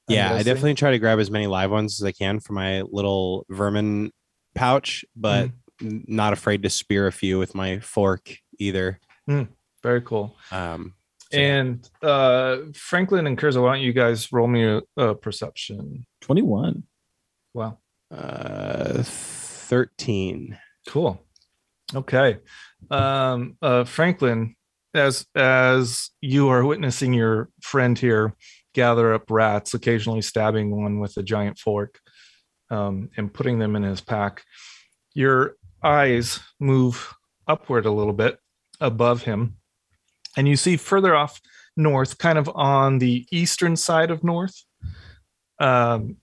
D: I'm
G: yeah i
D: guessing.
G: definitely try to grab as many live ones as i can for my little vermin pouch but
D: Mm-hmm.
G: n- not afraid to spear a few with my fork either
D: very cool.
G: um so yeah.
D: And uh Franklin and Kurza, why don't you guys roll me a, a perception?
E: 21.
D: Wow.
G: uh 13
D: Cool. Okay. Um uh Franklin, as as you are witnessing your friend here gather up rats, occasionally stabbing one with a giant fork, um, and putting them in his pack, your eyes move upward a little bit above him. And you see further off north, kind of on the eastern side of north, um,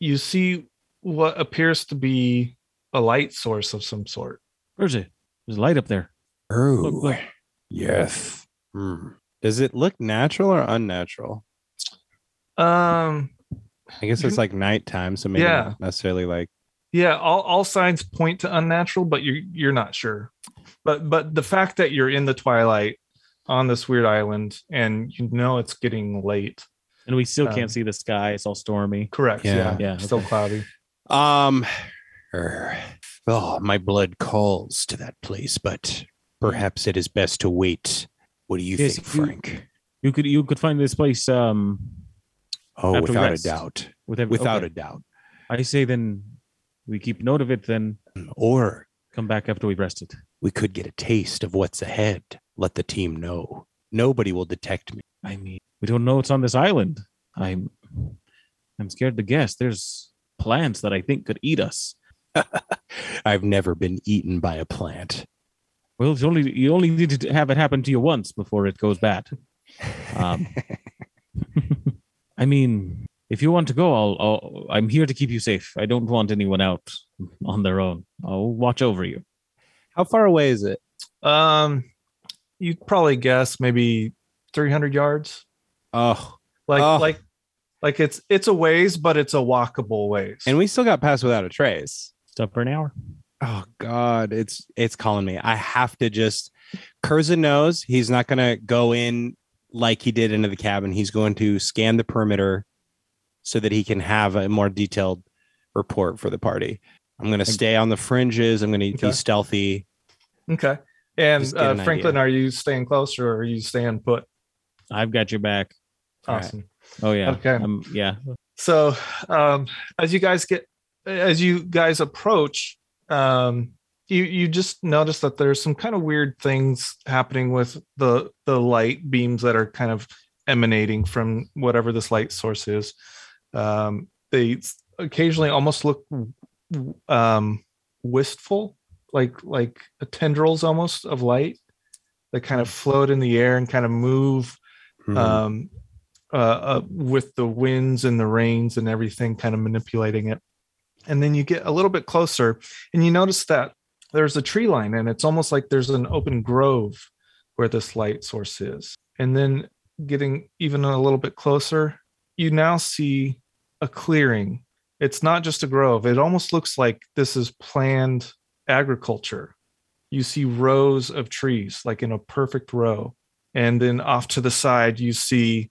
D: you see what appears to be a light source of some sort.
E: Where's it? There's a light up there. Look,
G: oh
E: look.
G: yes
E: Hmm.
G: does it look natural or unnatural
D: Um,
G: i guess
E: Mm-hmm.
G: it's like nighttime so maybe
D: Yeah.
G: not necessarily like
D: yeah, all, all signs point to unnatural, but you're you're not sure. But but the fact that you're in the twilight on this weird island and you know it's getting late.
E: And we still
D: Um,
E: can't see the sky. It's all stormy.
D: Correct. Yeah.
G: Yeah.
E: Yeah,
D: Still cloudy.
G: um er, oh my blood calls to that place but perhaps it is best to wait what do you
E: Hmm. Yes,
G: think
E: you-
G: frank
E: You could you could find this place um
G: Oh,
E: After
G: without
E: rest.
G: a doubt.
E: with every,
G: Without
E: okay.
G: a doubt.
E: I say then we keep note of it, then
G: Or
E: come back after we've rested.
G: we could get a taste of what's ahead. Let the team know. Nobody will detect me.
E: I mean, we don't know what's on this island. I'm I'm scared to guess. There's plants that I think could eat us.
G: I've never been eaten by a plant.
E: Well, it's only you only need to have it happen to you once before it goes bad. Um, *laughs* I mean, if you want to go, I'll, I'll. I'm here to keep you safe. I don't want anyone out on their own. I'll watch over you.
G: How far away is it?
D: Um you'd probably guess maybe 300 yards.
G: Oh,
D: Like
G: Oh.
D: like like it's it's a ways, but it's a walkable ways.
G: and we still got past without a trace.
E: Stop for an hour.
G: Oh God, it's it's calling me. I have to just. Curzon knows he's not gonna go in like he did into the cabin. He's going to scan the perimeter so that he can have a more detailed report for the party. I'm gonna stay on the fringes. I'm gonna
D: Okay.
G: be stealthy.
D: okay. And
G: Just get
D: uh,
G: an
D: Franklin,
G: idea.
D: are you staying close or are you staying put?
E: I've got your back.
G: All right.
D: Awesome.
E: Oh yeah.
D: Okay.
E: Um, yeah.
D: so um as you guys get as you guys approach um you you just notice that there's some kind of weird things happening with the the light beams that are kind of emanating from whatever this light source is um they s- occasionally almost look um wistful like like tendrils almost of light that kind of float in the air and kind of move
G: Hmm. Mm-hmm.
D: um, uh, uh, with the winds and the rains and everything kind of manipulating it. And then you get a little bit closer and you notice that there's a tree line and it's almost like there's an open grove where this light source is. And then getting even a little bit closer, you now see a clearing. It's not just a grove, it almost looks like this is planned agriculture. You see rows of trees, like in a perfect row and then off to the side you see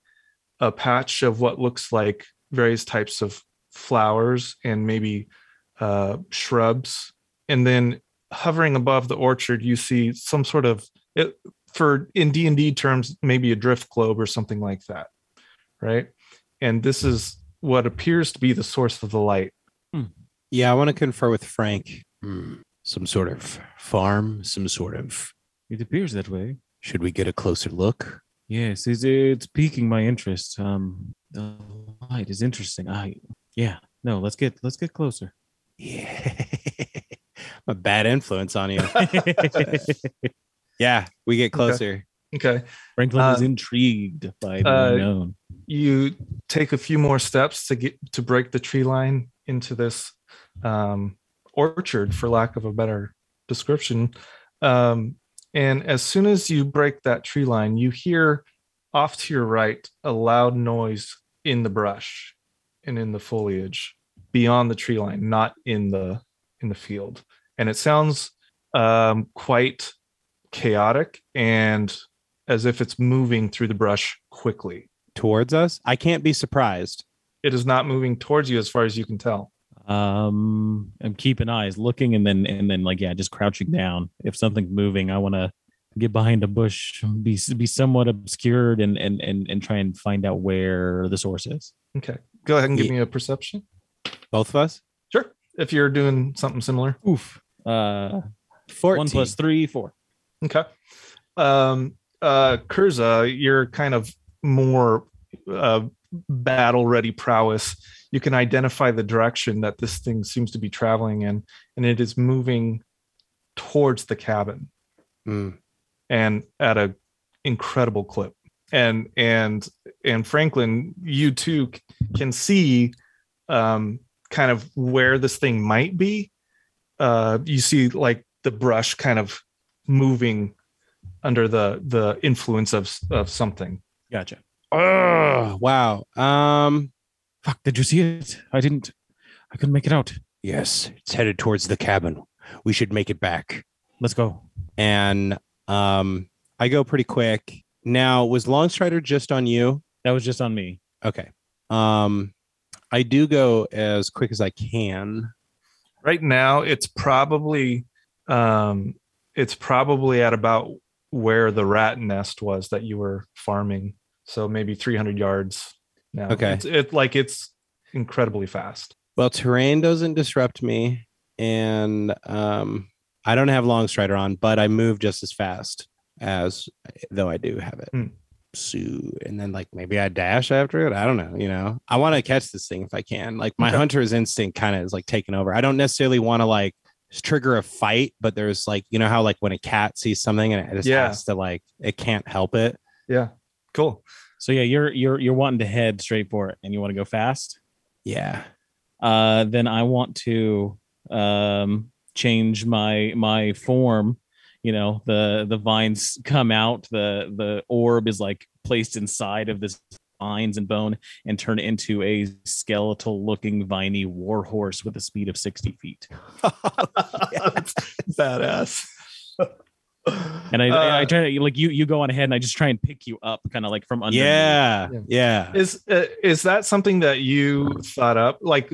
D: a patch of what looks like various types of flowers and maybe uh, shrubs and then hovering above the orchard you see some sort of it, for in d&d terms maybe a drift globe or something like that right and this is what appears to be the source of the light
G: Hmm. Yeah, I want to confer with Frank. Some sort of farm, some sort of
E: It appears that way.
G: Should we get a closer look?
E: Yes, it's, it's piquing my interest. Um, the light is interesting. I, yeah, no, let's get let's get closer. *laughs*
G: Yeah. *laughs* a bad influence on you. yeah, we get closer.
D: Okay.
E: Franklin is
D: Uh,
E: intrigued by the
D: uh,
E: unknown.
D: you take a few more steps to get to break the tree line into this um, orchard for lack of a better description um, and as soon as you break that tree line you hear off to your right a loud noise in the brush and in the foliage beyond the tree line not in the in the field and it sounds um, quite chaotic and as if it's moving through the brush quickly
G: Towards us? I can't be surprised.
D: it is not moving towards you as far as you can tell.
E: Um, I'm keeping eyes, looking, and then and then like yeah, just crouching down. If something's moving, I want to get behind a bush, be be somewhat obscured, and and and and try and find out where the source is.
D: Okay. Go ahead and give
G: Ye-
D: me a perception.
G: Both of us?
D: Sure. If you're doing something similar.
E: Oof. Uh,
G: 14.
E: one plus three, four.
D: Okay. Um uh Kurza, you're kind of more uh battle ready prowess. You can identify the direction that this thing seems to be traveling in, and it is moving towards the cabin.
G: Mm.
D: and at a incredible clip and and and franklin you too c- can see um kind of where this thing might be uh you see like the brush kind of moving under the the influence of of something
E: Gotcha.
G: Oh, wow. Um,
E: Fuck! Did you see it? I didn't. I couldn't make it out.
G: yes, it's headed towards the cabin. We should make it back.
E: Let's go.
G: And um, I go pretty quick. Now, was Longstrider just on you?
E: That was just on me.
G: Okay. Um, I do go as quick as I can.
D: right now it's probably um it's probably at about where the rat nest was that you were farming so maybe 300 yards now
G: Okay.
D: it's it like it's incredibly fast
G: Well, terrain doesn't disrupt me, and um, I don't have long strider on, but I move just as fast as though I do have it.
D: Hmm.
G: So, and then like maybe I dash after it. I don't know. You know, I want to catch this thing if I can. Like my
D: Okay.
G: hunter's instinct kind of is like taking over. I don't necessarily want to like trigger a fight, but there's like you know how like when a cat sees something and it just
D: Yeah.
G: has to like it can't help it.
D: yeah *laughs* cool
E: So yeah, you're you're you're wanting to head straight for it, and you want to go fast.
G: Yeah.
E: uh, then I want to um, change my my form. You know, the the vines come out, the the orb is like placed inside of this vines and bone and turn into a skeletal looking viney warhorse with a speed of 60 feet.
D: That's badass
E: And I,
D: Uh,
E: I try to like you you go on ahead and I just try and pick you up kind of like from under.
G: Yeah,
D: Yeah.
G: yeah.
D: is uh, is that something that you thought up like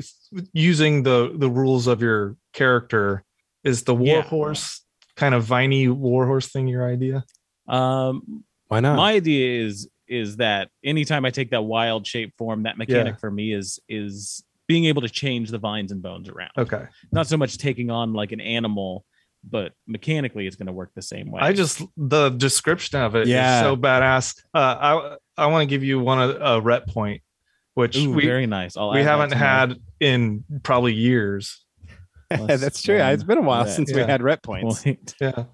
D: using the the rules of your character is the
E: Yeah.
D: warhorse kind of viney warhorse thing your idea
E: Um
G: Why not?
E: my idea is is that anytime I take that wild shape form, that mechanic for me is is being able to change the vines and bones around.
D: okay
E: not so much taking on like an animal, but mechanically it's going to work the same way.
D: I just the description of it is
G: Yeah.
D: so badass. Uh, I I want to give you one a, a rep point, which
E: Ooh,
D: we
E: very nice. I'll
D: we
E: add that
D: haven't
E: to my
D: had in probably years.
G: *laughs*
E: plus
G: That's true. It's
E: one
G: been a while
E: red
G: since we
E: *laughs*
D: Yeah.
G: had ret points.
E: point.
D: Yeah,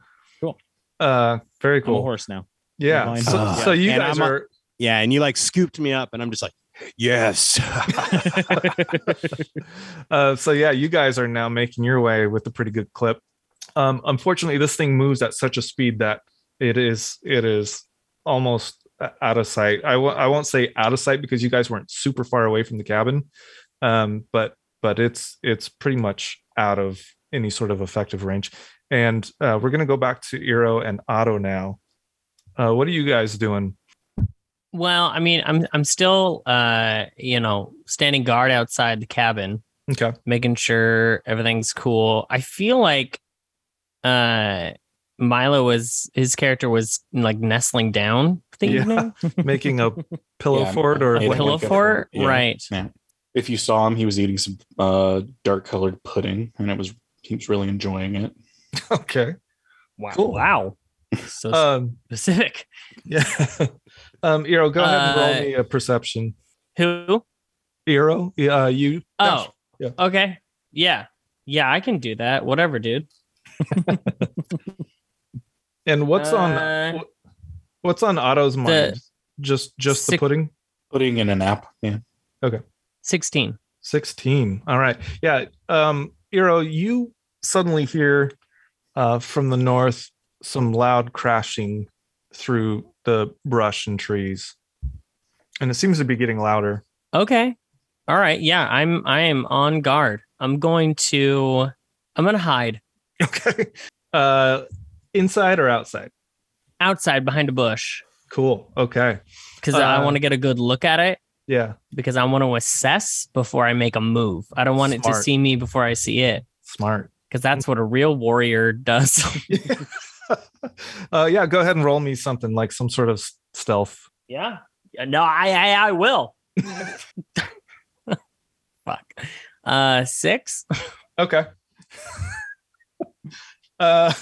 E: Cool.
D: Uh, very
E: I'm a
D: cool.
E: horse now.
D: Yeah.
E: Divine
D: So,
G: horse.
D: so you
G: And
D: guys
G: I'm a-
D: are
G: Yeah, and you like scooped me up, and I'm just like,
A: *laughs*
G: yes.
D: uh, so yeah, you guys are now making your way with a pretty good clip. Um, unfortunately, this thing moves at such a speed that it is it is almost o- out of sight. I w- I won't say out of sight because you guys weren't super far away from the cabin, um, but but it's it's pretty much out of any sort of effective range. And uh, we're gonna go back to Eero and Otto now. Uh, what are you guys doing?
F: Well, I mean, I'm I'm still uh, you know, standing guard outside the cabin,
D: Okay.
F: making sure everything's cool. I feel like uh Milo was his character was like nestling down the
D: Yeah.
F: evening.
D: Making a pillow
H: Yeah,
D: fort or
H: I
F: A
H: think
F: pillow
H: I've
D: *laughs*
H: got
F: fort.
H: that. Yeah.
F: Right.
H: If you saw him, he was eating some uh, dark colored pudding, and it was he was really enjoying it.
D: okay.
F: Wow. So
D: Um,
F: specific. *laughs*
D: yeah. *laughs* um, Eero, go ahead and
F: Uh,
D: roll me a perception.
F: Who?
D: Eero, uh, you.
F: Oh,
D: yeah.
F: okay. Yeah. Yeah, I can do that. Whatever, dude.
D: And what's on
F: Uh,
D: what's on Otto's mind? just just the
F: Six-
D: pudding.
H: Putting in an app. Yeah.
F: 16.
D: 16 all right yeah um Iro, you suddenly hear uh from the north some loud crashing through the brush and trees and it seems to be getting louder *laughs*
F: Okay. All right. Yeah, I'm I am on guard. I'm going to I'm going to hide
D: okay uh inside or outside
F: outside behind a bush
D: cool okay
F: cuz I
D: Uh,
F: want to get a good look at it
D: yeah
F: because I want to assess before I make a move. I don't want it to
D: Smart.
F: see me before I see it
D: smart
F: cuz that's what a real warrior *laughs* does.
D: *laughs* uh yeah go ahead and roll me something like some sort of s- stealth
F: Yeah. Yeah, No, I I, I will. *laughs* Fuck. Uh six.
D: Okay. *laughs* uh,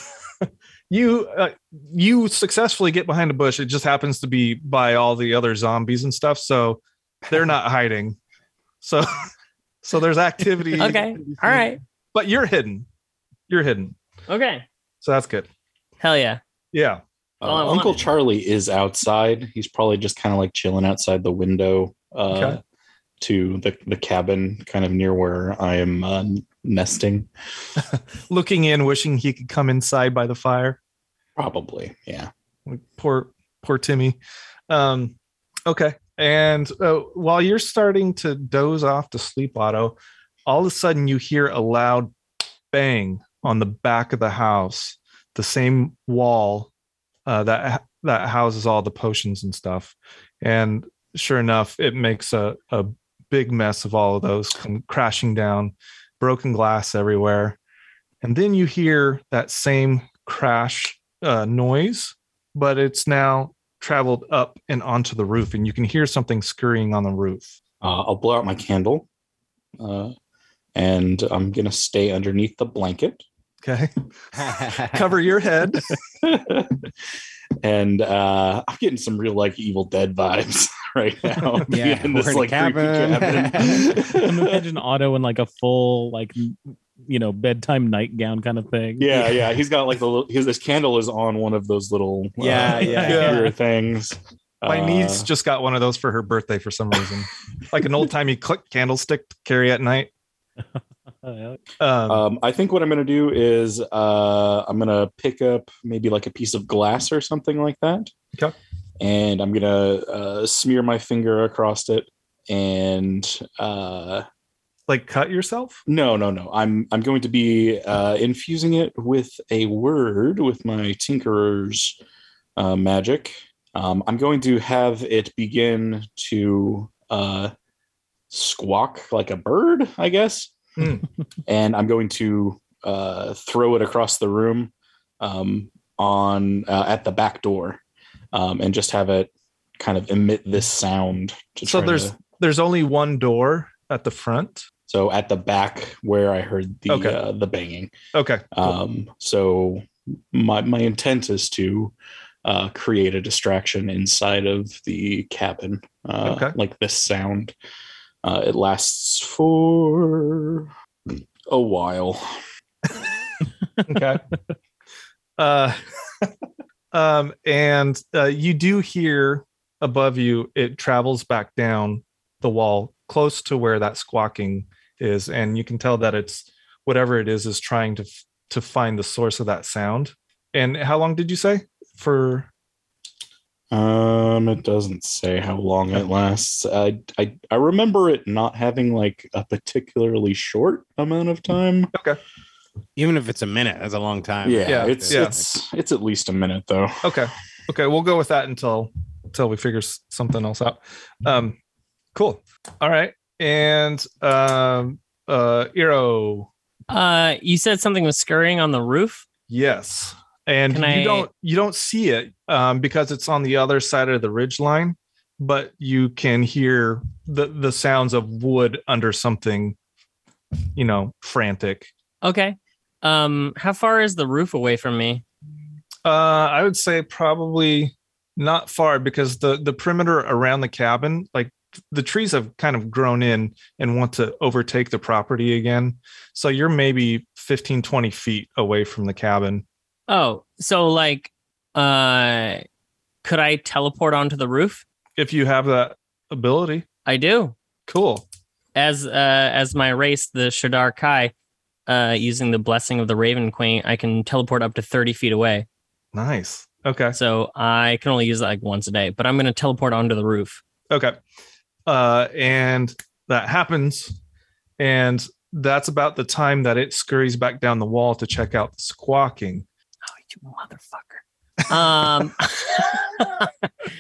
D: *laughs* you uh, you successfully get behind a bush. It just happens to be by all the other zombies and stuff, so they're *laughs* not hiding. So *laughs* so there's activity.
F: *laughs* Okay. All right.
D: but you're hidden. You're hidden,
F: Okay.
D: so that's good.
F: Hell yeah.
D: Yeah.
F: All I
H: Uh, Uncle
F: wanted.
H: Charlie is outside. He's probably just kind of like chilling outside the window uh,
D: Okay.
H: to the, the cabin, kind of near where I am uh, nesting.
D: Looking in, wishing he could come inside by the fire.
H: Probably. Yeah.
D: Like, poor poor timmy um okay and uh, while you're starting to doze off to sleep auto all of a sudden you hear a loud bang on the back of the house the same wall uh, that that houses all the potions and stuff and sure enough it makes a, a big mess of all of those come crashing down broken glass everywhere and then you hear that same crash uh, noise but it's now traveled up and onto the roof, and you can hear something scurrying on the roof.
H: Uh, I'll blow out my candle. Uh, and I'm going to stay underneath the blanket.
D: Okay. Cover your head.
H: *laughs* and uh, I'm getting some real like Evil Dead vibes *laughs* right now.
G: Yeah,
H: Being in
G: we're in a cabin.
H: creepy
E: I'm
G: *laughs*
H: cabin. *laughs*
E: imagining Otto in like a full like you know bedtime nightgown kind of thing.
H: yeah, yeah. He's got like the little, his, his candle is on one of those little
G: *laughs*
H: uh,
G: Yeah, yeah.
H: computer things.
D: My
H: Uh,
D: niece just got one of those for her birthday for some reason, like an old timey click candlestick to carry at night.
E: *laughs* Uh,
D: Um,
H: Um, I think what I'm going to do is uh, I'm going to pick up maybe like a piece of glass or something like that.
D: Okay.
H: And I'm going to uh, smear my finger across it. And uh,
D: like cut yourself.
H: no, no, no. I'm I'm going to be uh, infusing it with a word with my tinkerer's uh, magic. Um, I'm going to have it begin to uh, squawk like a bird, I guess.
D: Hmm.
H: *laughs* and I'm going to uh, throw it across the room um, on uh, at the back door, um, and just have it kind of emit this sound. To
D: So
H: try
D: there's
H: to-
D: there's only one door at the front.
H: so at the back where I heard the
D: Okay.
H: uh, the banging.
D: Okay.
H: Um, so my my intent is to uh, create a distraction inside of the cabin, uh,
D: Okay.
H: like this sound. Uh, it lasts for a while.
D: okay. Uh, *laughs* um, and uh, you do hear above you, it travels back down the wall close to where that squawking is. And you can tell that it's whatever it is, is trying to, f- to find the source of that sound. And how long did you say for?
H: Um, it doesn't say how long it lasts. I, I I remember it not having like a particularly short amount of time.
G: Even if it's a minute, that's a long time.
D: Yeah,
H: it's
D: yeah.
H: it's it's at least a minute though.
D: Okay. Okay. We'll go with that until, until we figure s- something else out. Um, cool. All right. And, um, uh, Eero,
F: Uh you said something was scurrying on the roof?
D: Yes. And
F: Can
D: you
F: I-
D: don't you don't see it um, because it's on the other side of the ridge line, but you can hear the the sounds of wood under something, you know, frantic.
F: Okay. Um how far is the roof away from me?
D: Uh, I would say probably not far because the the perimeter around the cabin, like the trees have kind of grown in and want to overtake the property again. So you're maybe 15, 20 feet away from the cabin.
F: Oh, so like, uh, could I teleport onto the roof?
D: If you have that ability,
F: I do.
D: cool.
F: As uh, as my race, the Shadar Kai, uh, using the blessing of the Raven Queen, I can teleport up to thirty feet away.
D: Nice. Okay.
F: So I can only use it like once a day, but I'm going to teleport onto the roof.
D: Okay. Uh, and that happens. And that's about the time that it scurries back down the wall to check out the squawking.
F: Oh, you motherfucker. um. *laughs*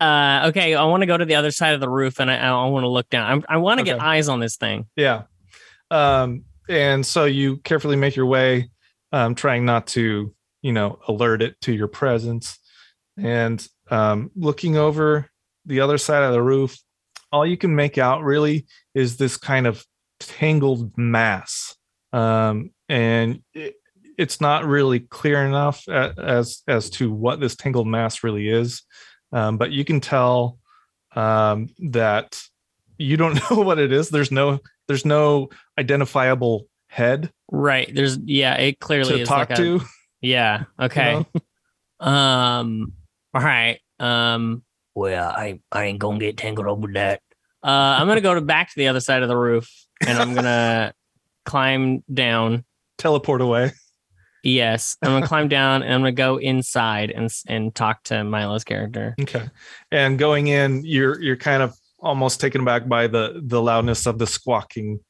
F: uh. Okay. I want to go to the other side of the roof, and I, I want to look down. I'm, I want to get
D: Okay.
F: eyes on this thing.
D: Yeah. Um, and so you carefully make your way, um, trying not to, you know, alert it to your presence. And um, looking over the other side of the roof, all you can make out really is this kind of tangled mass. Um, and it, it's not really clear enough a- as as to what this tangled mass really is. Um, but you can tell um, that you don't *laughs* know what it is. There's no there's no identifiable head
F: Right. There's yeah. It clearly
D: to
F: is
D: talk
F: like a-
D: to. *laughs* you
F: Yeah. Okay.
D: know?
F: Um. All right. Um.
I: Well, I, I ain't gonna get tangled up with that.
F: Uh. I'm gonna go to back to the other side of the roof, and
G: *laughs*
F: I'm gonna climb down.
D: Teleport away.
F: Yes, I'm gonna climb down, and I'm gonna go inside and s- and talk to Milo's character.
D: Okay. And going in, you're you're kind of almost taken aback by the the loudness of the squawking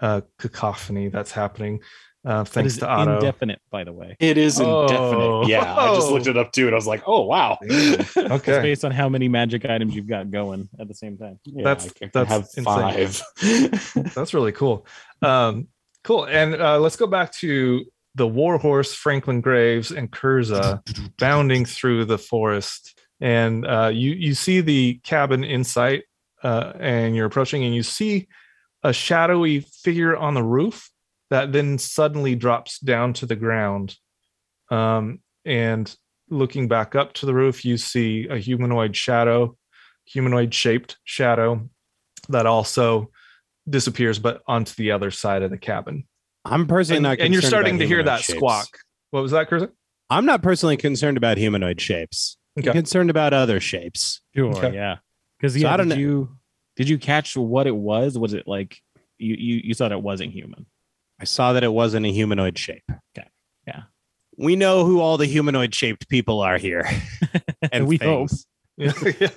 D: uh, cacophony that's happening. Uh,
E: That
D: thanks
E: is
D: to Otto.
E: Indefinite, by the way.
H: It is
D: Oh.
H: indefinite. Yeah, I just
D: Oh.
H: looked it up too, and I was like, "Oh wow."
E: It's
D: okay.
E: based on how many magic items you've got going at the same time.
H: Yeah,
D: That's-
H: I can
D: that's
H: have
D: insane.
H: five. *laughs*
D: That's really cool. Um, cool. And uh, let's go back to the warhorse, Franklin Graves, and Kurza bounding through the forest. And uh, you you see the cabin in sight, uh, and you're approaching, and you see a shadowy figure on the roof that then suddenly drops down to the ground. Um, and looking back up to the roof, you see a humanoid shadow, humanoid shaped shadow that also disappears, but onto the other side of the cabin.
G: I'm personally
D: And,
G: not.
D: and you're
G: concerned
D: starting
G: about
D: to hear
G: humanoid
D: that
G: shapes.
D: squawk. What was that,
G: *laughs*
D: Curzon?
G: I'm not personally concerned about humanoid shapes.
D: Okay.
G: I'm concerned about other shapes.
E: Sure,
D: Okay.
E: yeah. Because
G: So
E: yeah,
G: I don't
E: did
G: know-
E: you did you catch what it was? Was it like you you, you thought it wasn't human?
G: I saw that it wasn't a humanoid shape.
E: Okay. Yeah.
G: We know who all the humanoid shaped people are here. *laughs* and
E: We
G: we
E: hope.
G: things.
D: yeah. yeah.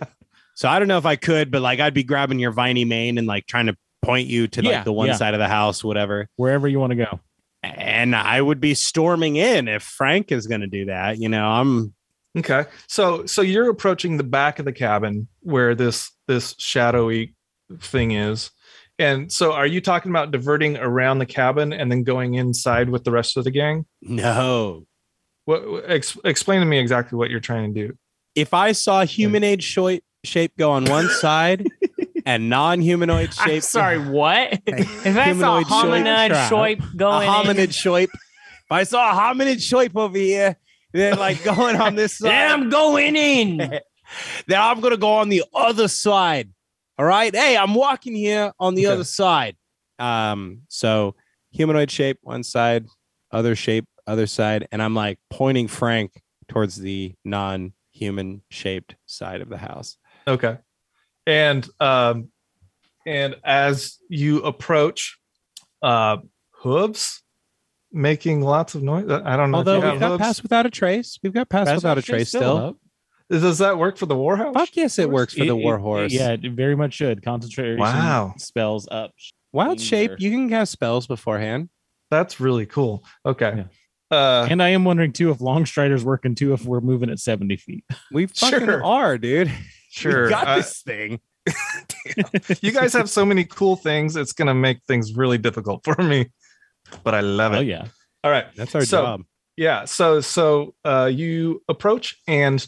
G: So I don't know if I could, but like I'd be grabbing your viney mane and like trying to point you to
E: Yeah,
G: like the one
E: yeah.
G: side of the house, whatever.
E: Wherever you want to go.
G: And I would be storming in if Frank is going to do that. You know, I'm
D: Okay. So so you're approaching the back of the cabin where this this shadowy thing is. And so are you talking about diverting around the cabin and then going inside with the rest of the gang?
G: no.
D: What what- ex, explain to me exactly what you're trying to do.
G: If I saw humanoid shoi- shape go on one
F: *laughs*
G: side and non humanoid shape,
F: I'm
G: *laughs*
F: sorry. What? if I saw a
G: Humanoid shape
F: hominid
G: trap.
F: shoip
G: a
F: going, in,
G: hominid shape, if I saw a hominid shape over here, then like going on this
F: *laughs*
G: side,
F: then I'm
G: *laughs*
F: going in.
G: Now I'm gonna go on the other side. All right. Hey, I'm walking here on the
D: Okay.
G: other side. Um, so humanoid shape, one side, other shape, other side, and I'm like pointing Frank towards the non-human shaped side of the house.
D: Okay. And um and as you approach uh hooves making lots of noise. I don't know. if you
G: Although
D: have
G: we've got
D: hooves.
G: pass without a trace. We've got pass, without a trace still.
D: Does that work for the warhouse?
G: Fuck yes, it works for
E: It-
G: the
E: it-
G: warhorse.
E: yeah, it very much should. Concentration
D: Wow.
E: spells up.
G: Wild shape,
E: Danger.
G: you can cast spells beforehand.
D: That's really cool. Okay.
G: *laughs*
D: Uh,
E: And I am wondering too if long striders working too if we're moving at 70 feet.
G: We
D: *laughs*
G: fucking
D: Sure.
G: are, dude. *laughs*
D: sure. uh,
G: We got
D: I-
G: this thing.
D: you guys have so many cool things. It's going to make things really difficult for me, but I love
E: Oh
D: it.
E: yeah.
D: All right.
G: That's our
D: So-
G: job.
D: Yeah. So, so, uh, you approach and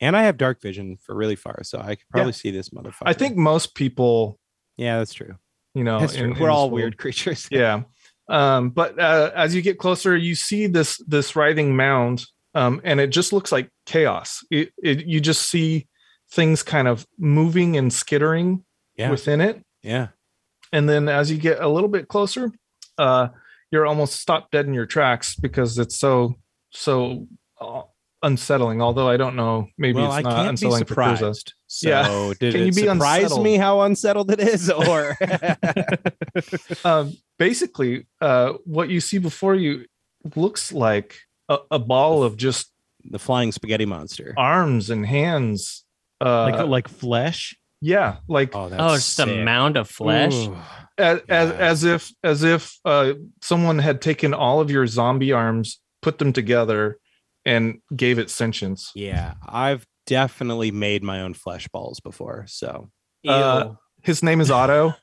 G: And I have dark vision for really far, so I could probably see this motherfucker.
D: I think most people,
G: yeah, that's true.
D: you know,
G: That's
D: in-
G: true.
D: in
G: We're
D: this
G: all
D: world-
G: weird creatures.
D: Yeah. Um, but, uh, as you get closer, you see this, this writhing mound um, and it just looks like chaos. It, it you just see things kind of moving and skittering
G: Yeah.
D: within it,
G: *laughs* Yeah.
D: and then as you get a little bit closer, uh, you're almost stopped dead in your tracks because it's so so uh, unsettling. Although I don't know, maybe
G: well,
D: it's
G: I
D: not
G: can't be
D: unsettling for Cruza.
G: surprised. *laughs* So
D: Yeah.
G: did
D: Can
G: it
D: you be
G: surprise
D: unsettled?
G: me how unsettled it is? *laughs*
D: *laughs*
G: Or
D: um, basically, uh, what you see before you looks like a, a ball of just
G: the flying spaghetti monster.
D: arms and hands. Uh,
E: like like flesh.
D: yeah, like
G: Oh, that's
F: oh, it's just a
G: sick.
F: mound of flesh.
G: Ooh.
D: as, as
G: Yeah.
D: as if as if uh, someone had taken all of your zombie arms, put them together, and gave it sentience.
G: Yeah. I've definitely made my own flesh balls before.
E: *laughs*
G: So *laughs*
D: Uh,
F: Ew.
D: His name is Otto.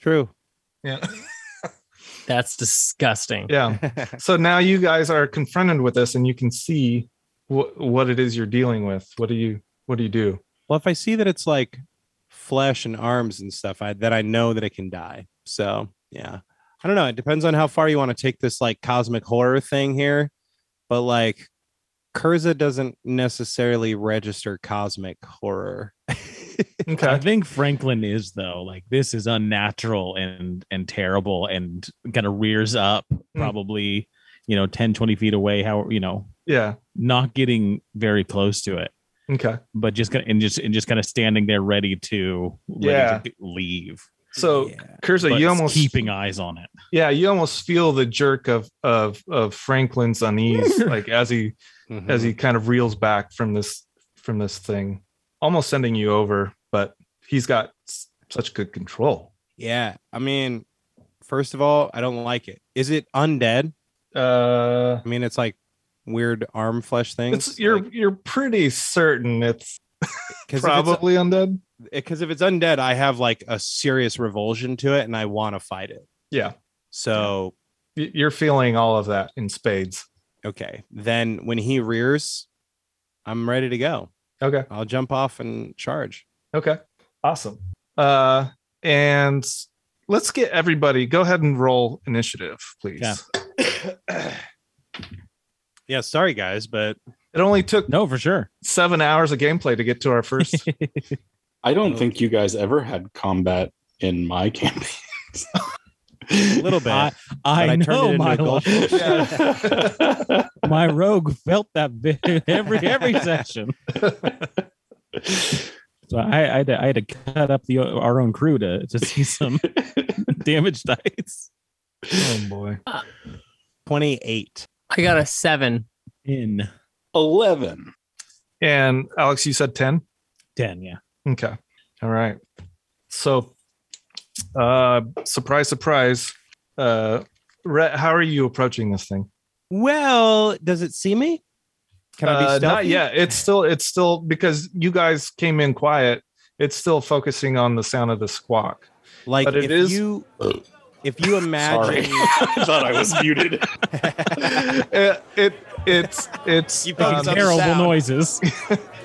G: true.
D: yeah,
F: That's disgusting.
D: yeah. So now you guys are confronted with this, and you can see wh- what it is you're dealing with. What do you What do you do?
G: Well, if I see that it's like flesh and arms and stuff, I that I know that it can die. So yeah. I don't know. It depends on how far you want to take this like cosmic horror thing here. But like Kurza doesn't necessarily register cosmic horror.
E: I
D: Okay.
E: think Franklin is though. Like this is unnatural and and terrible and kind of rears up
G: Hmm.
E: probably, you know, 10, 20 feet away. How you know,
D: Yeah.
E: not getting very close to it,
D: Okay.
E: but just kind of, and just and just kind of standing there ready to ready
D: Yeah.
E: to g- leave.
D: So
G: Yeah.
D: Kurza,
E: but
D: you almost
E: keeping eyes on it.
D: yeah, you almost feel the jerk of of of Franklin's unease, like as he as he kind of reels back from this from this thing, almost sending you over, but he's got s- such good control.
G: Yeah. I mean, first of all, I don't like it. Is it undead?
D: Uh,
G: I mean, it's like weird arm flesh things.
D: it's you're
G: like,
D: you're pretty certain it's
G: 'cause if it's-
D: probably undead.
G: because if it's undead, I have like a serious revulsion to it, and I want to fight it.
D: Yeah,
G: So
D: Y- you're feeling all of that in spades.
G: okay, then when he rears, I'm ready to go.
D: Okay,
G: I'll jump off and charge.
D: okay, awesome. Uh, and let's get everybody. Go ahead and roll initiative, please.
E: Yeah.
G: Yeah, sorry guys, but
D: It only took
E: No, for sure.
D: seven hours of gameplay to get to our first.
H: I don't think you guys ever had combat in my *laughs* campaign.
G: a little bit.
E: I,
G: but
E: I,
G: I turned it
E: know
G: into
E: my
G: a gold-
E: lo- my rogue felt that bit
G: *laughs*
E: every every session. So I, I, had to, I had to cut up the our own crew to, to see
G: *laughs*
E: some *laughs* damage dice.
D: *laughs* oh boy.
G: Twenty-eight.
F: I got a seven.
E: In
H: *laughs* Eleven.
D: And Alex, you said ten.
E: ten, yeah.
D: Okay. All right. So, uh, surprise, surprise. Uh, Rhett, how are you approaching this thing?
G: Well, does it see me? Can I be
D: Uh,
G: stealthy?
D: not yet. It's still, it's still because you guys came in quiet. It's still focusing on the sound of the squawk. *laughs*
G: Like
D: But it
G: if
D: is-
G: you if you
H: Sorry,
G: imagine
D: *laughs*
H: I thought I was *laughs* muted.
D: it, it, it's, it's, um,
G: You picked up-
E: Terrible
G: sound.
E: noises.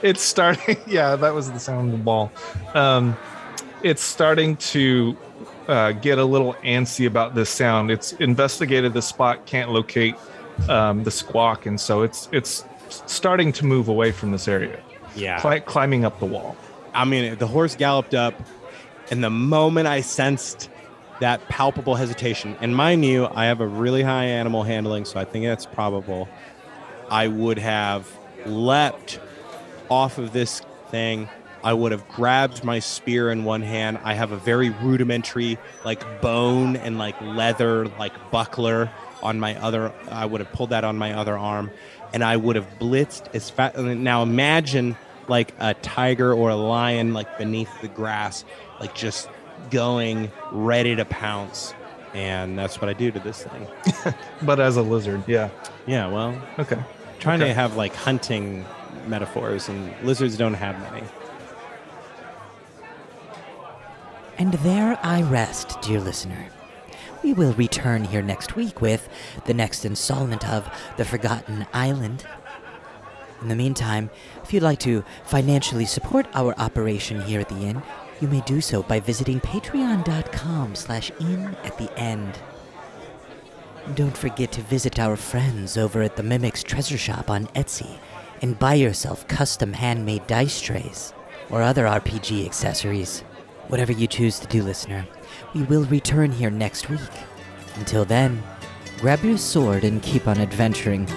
D: it's starting *laughs* yeah that was the sound of the ball um it's starting to uh, get a little antsy about this sound it's investigated the spot can't locate um, the squawk and so it's it's starting to move away from this area
G: Yeah.
D: cli- climbing up the wall
G: I mean, the horse galloped up, and the moment I sensed that palpable hesitation, and mind you, I have a really high animal handling, so I think that's probable. I would have leapt off of this thing. I would have grabbed my spear in one hand. I have a very rudimentary, like bone and like leather, like buckler on my other. I would have pulled that on my other arm, and I would have blitzed as fast. Now imagine like a tiger or a lion, like beneath the grass, like just going ready to pounce. And that's what I do to this thing.
D: but as a lizard yeah
G: Yeah, well,
D: okay
G: trying
D: Okay.
G: to have like hunting metaphors, and lizards don't have many.
C: And there I rest, dear listener. We will return here next week with the next installment of The Forgotten Island. In the meantime, if you'd like to financially support our operation here at the inn, you may do so by visiting patreon.com slash inn at the end. Don't forget to visit our friends over at the Mimic's Treasure Shop on Etsy and buy yourself custom handmade dice trays or other RPG accessories. Whatever you choose to do, listener, we will return here next week. Until then, grab your sword and keep on adventuring.